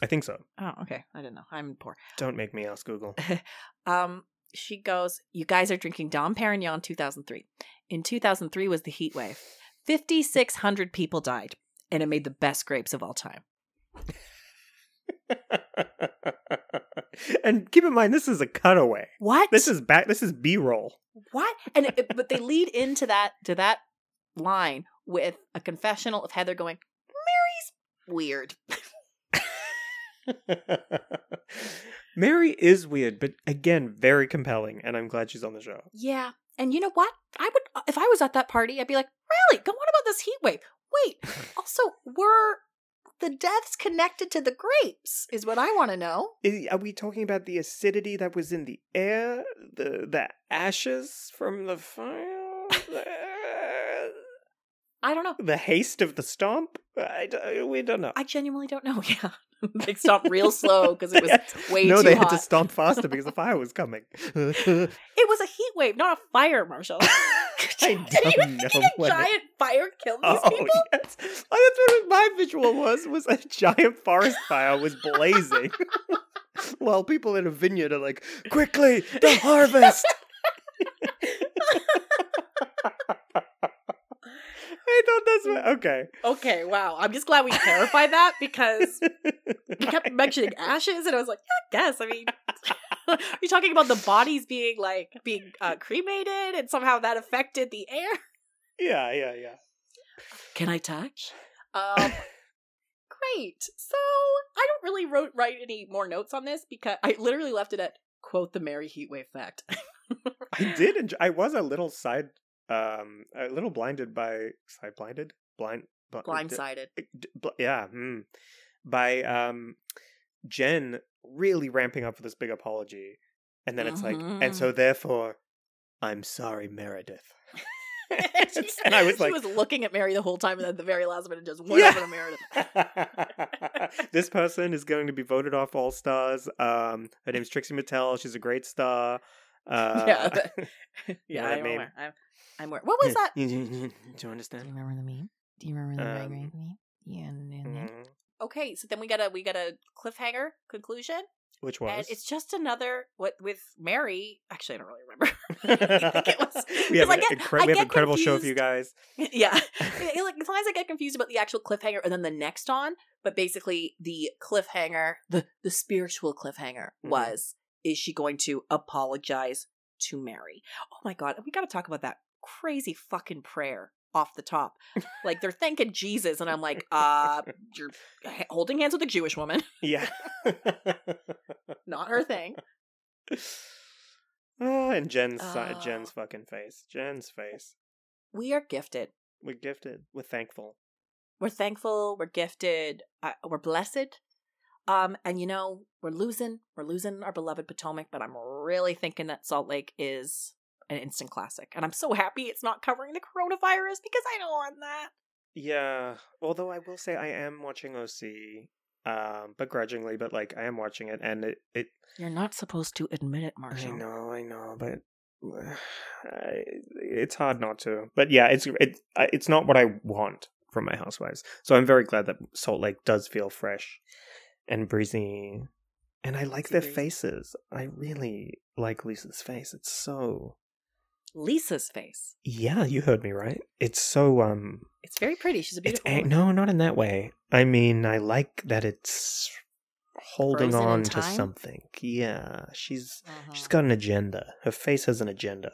S2: I think so.
S1: Oh, okay. I didn't know. I'm poor.
S2: Don't make me
S1: *laughs*
S2: ask Google. *laughs*
S1: Um, she goes, "You guys are drinking Dom Perignon 2003. In 2003 was the heat wave. 5600 people died, and it made the best grapes of all time."
S2: and keep in mind, this is a cutaway.
S1: What?
S2: This is back. This is B roll.
S1: what? And it, but they lead into that to that line with a confessional of Heather going, "Mary's weird."
S2: *laughs* Mary is weird, but again, very compelling, and I'm glad she's on the show.
S1: Yeah. And you know what? I would if I was at that party, I'd be like, "Really? Go on about this heat wave. Wait, also were the deaths connected to the grapes is what I want to know.
S2: I- Are we talking about the acidity that was in the air, the the ashes from the
S1: *laughs*
S2: fire, the,
S1: I don't know.
S2: the haste of the stomp? I, d- we don't know.
S1: I genuinely don't know. *laughs* Yeah. they stopped real slow because *laughs* it was
S2: Yeah.
S1: way
S2: no,
S1: too
S2: they
S1: hot.
S2: had to stomp faster because the fire was
S1: *laughs*
S2: coming. *laughs* Oh,
S1: It was a heat wave, not a fire, Marshall. *laughs*
S2: I don't know
S1: Did a
S2: what it-
S1: giant fire kill these
S2: Oh
S1: people?
S2: yes, Oh, that's what my visual was. Was a giant forest fire was
S1: *laughs*
S2: blazing, while people in a vineyard are like, "Quickly, the harvest!" *laughs* I thought that's what. Okay,
S1: Okay, wow. I'm just glad we clarified that because you
S2: *laughs*
S1: kept mentioning ashes, and I was like, yeah, I guess. I mean, *laughs* you're talking about the bodies being like being uh, cremated, and somehow that affected the air.
S2: yeah, yeah, yeah.
S1: Can I touch? Um, great. So I don't really wrote write any more notes on this because I literally left it at quote the Mary Heatwave fact. *laughs*
S2: I did. Enjoy, I was a little side, um, a little blinded by side blinded, blind, bl- *laughs*
S1: blindsided.
S2: d- bl- yeah mm, by um jen really ramping up for this big apology and then it's like and
S1: Mm-hmm.
S2: so therefore i'm sorry
S1: *laughs*
S2: meredith *laughs* and i was
S1: she
S2: like
S1: was looking at Mary the whole time, and at the very last minute, just went
S2: Yeah.
S1: over to
S2: *laughs*
S1: Meredith.
S2: this person is going to be voted off all stars um her name's trixie mattel she's a great star uh
S1: *laughs* Yeah, but-
S2: you know
S1: Yeah,
S2: what I
S1: I'm
S2: mean?
S1: aware. I'm, I'm aware.
S2: *laughs*
S1: What was that?
S2: do you
S3: Do you
S2: understand
S3: remember the meme? Do you remember the
S2: Um,
S3: migraine meme? Yeah, and, and then-
S2: Mm.
S1: Okay, so then we got a we got a cliffhanger conclusion,
S2: which was *laughs*
S1: and it's *laughs* just another what with Mary. Actually, I don't really remember. it was-
S2: we have,
S1: 'cause I
S2: an
S1: get-
S2: incre-
S1: I
S2: we have an
S1: get
S2: incredible show for you
S1: confused.
S2: guys
S1: *laughs* yeah. It- it, like sometimes I get confused about the actual cliffhanger and then the next on, but basically the cliffhanger, the the spiritual cliffhanger
S2: Mhm.
S1: was is she going to apologize to Mary? Oh my god, and we got to talk about that crazy fucking prayer off the top. Like they're thanking Jesus and I'm like, "Uh, you're h- holding hands with a Jewish woman, *laughs*
S2: yeah *laughs*
S1: not her thing."
S2: *laughs* Oh, and Jen's si-
S1: Oh.
S2: Jen's fucking face. Jen's face.
S1: We are gifted.
S2: We're gifted. We're thankful.
S1: We're thankful, we're gifted, uh, we're blessed. Um, and you know, we're losing, we're losing our beloved Potomac, but I'm really thinking that Salt Lake is an instant classic. And I'm so happy it's not covering the coronavirus because I don't want that.
S2: Yeah. Although I will say I am watching OC. um, begrudgingly, but like I am watching it, and it, it
S1: You're not supposed to admit it,
S2: I
S1: Marshall.
S2: know, I know, but *sighs* I, it's hard not to. But yeah, it's it, I- it's not what I want from my housewives. So I'm very glad that Salt Lake does feel fresh and breezy, and I like their
S1: Breezy.
S2: faces. I really like Lisa's face. It's so
S1: Lisa's face.
S2: yeah, you heard me right. It's so um,
S1: It's very pretty. She's a
S2: it's
S1: beautiful.
S2: a-
S1: woman.
S2: no, not in that way. I mean, I like that it's holding
S1: Frozen in
S2: on to
S1: time? Oh.
S2: something. Yeah, she's She's
S3: Uh-huh.
S2: got an agenda. Her face has an agenda.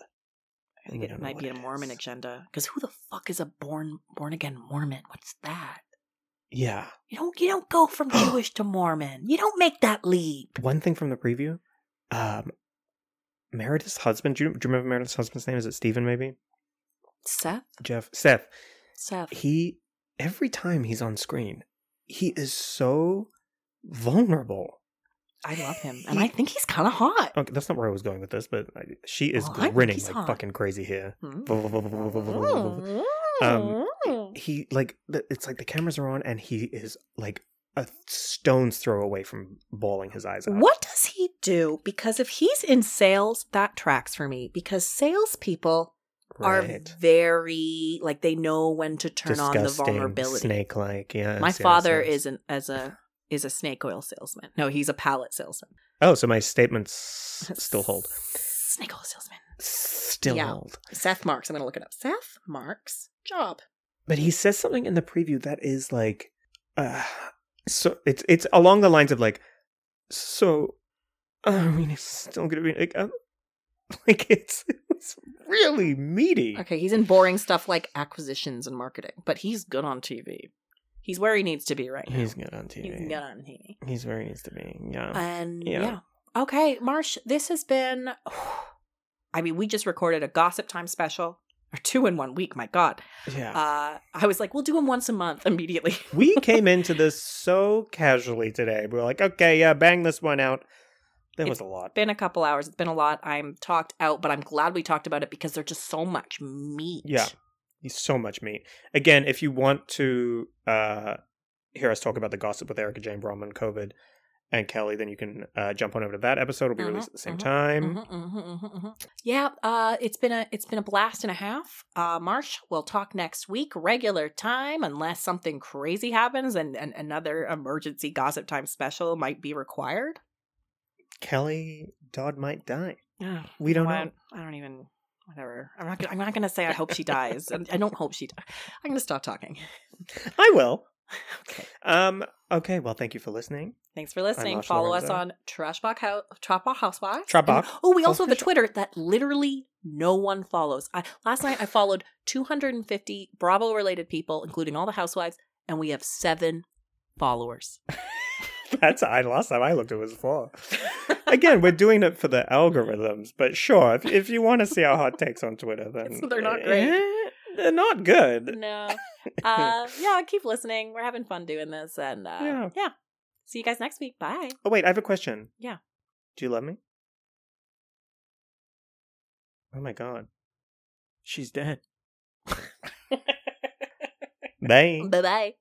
S1: I think
S2: we don't
S1: it
S2: know
S1: might
S2: what
S1: be
S2: it
S1: a Mormon
S2: is.
S1: agenda. Because who the fuck is a born born again Mormon? What's that?
S2: Yeah.
S1: You don't you don't go
S2: *gasps*
S1: from Jewish to Mormon. You don't make that leap.
S2: One thing from the preview, um, Meredith's husband. Do you, do you remember Meredith's husband's name? Is it Stephen? Maybe
S1: Seth,
S2: Jeff. Seth.
S1: Seth.
S2: He every time he's on screen, he is so vulnerable.
S1: I love him, and I think he's kind of hot.
S2: Okay, that's not where I was going with this, but I, she is
S1: Oh, I think
S2: grinning
S1: he's
S2: like
S1: hot.
S2: fucking crazy here.
S1: Hmm. Oh.
S2: Um, he like the, it's like the cameras are on and he is like a stone's throw away from bawling his eyes out.
S1: What does he do? Because if he's in sales, that tracks for me. Because salespeople are very like they know when to turn on the vulnerability.
S2: Snake uh, like, yeah.
S1: My
S2: yes, yes,
S1: father
S2: yes.
S1: is an as a is a snake oil salesman. No, he's a pallet salesman.
S2: Oh, so
S1: *laughs*
S2: my statements still hold.
S1: Snake oil salesman.
S2: Still
S1: Yeah.
S2: hold.
S1: Seth Marks. I'm gonna look it up. Seth Marks job.
S2: But he says something in the preview that is like, uh, so it's it's along the lines of like, so, uh, I mean, it's still gonna be like, uh, *laughs* like it's it's really meaty.
S1: Okay, he's in boring stuff like acquisitions and marketing, but he's good on TV. He's where he needs to be right now.
S2: He's good on
S1: He's
S2: TV.
S1: good on Uh, TV.
S2: He's where he needs to be. Yeah.
S1: And
S2: Yeah.
S1: yeah. Okay, Marsh, this has been *sighs* I mean, we just recorded a gossip time special. Or two in one week, my God.
S2: yeah.
S1: Uh, I was like, we'll do them once a month *laughs* immediately.
S2: we came into this so casually today. We were like, okay, yeah, bang this one out. There was
S1: It's
S2: a lot.
S1: been a couple hours. It's been a lot. I'm talked out, but I'm glad we talked about it because there's just so much meat.
S2: Yeah. so much meat. Again, if you want to uh, hear us talk about the gossip with Erica Jane Brom and COVID and Kelly, then you can uh, jump on over to that episode. It'll be
S1: Mhm,
S2: released at the same
S1: mhm,
S2: time.
S1: Mhm, mhm, mhm, mhm. Yeah, uh, it's been a it's been a blast and a half. Uh, Marsh, we'll talk next week, regular time, unless something crazy happens and, and another emergency gossip time special might be required.
S2: Kelly Dodd might die.
S1: Ugh,
S2: We don't
S1: I,
S2: know.
S1: I don't even. Whatever. I'm not. gonna- I'm not going to say I hope she dies.
S2: *laughs*
S1: I I don't hope she. Di- I'm going to stop talking.
S2: I will.
S1: *laughs* Okay.
S2: Um. Okay. Well, thank you for listening. *laughs*
S1: Thanks for listening.
S2: Marsh
S1: Follow us
S2: Lorenzo.
S1: on Trashbox House, Trashbox Housewives.
S2: Trashbox.
S1: And- Oh, we also have a
S2: Housewives.
S1: Twitter that literally no one follows. I, last night I followed 250 Bravo related people, including all the housewives, and we have seven
S2: *laughs*
S1: followers.
S2: That's I last time I looked it was four. Again, we're doing it for the algorithms, but sure, if, if you want to see our hot takes
S1: *laughs*
S2: on Twitter, then
S1: They're not great.
S2: Eh, they're not good. *laughs*
S1: no. Uh, yeah, keep listening. We're having fun doing this, and uh,
S2: Yeah.
S1: yeah. See you guys next week. Bye.
S2: Oh wait, I have a question.
S1: Yeah.
S2: Do you love me? Oh my god. She's dead. Bye.
S1: Bye bye.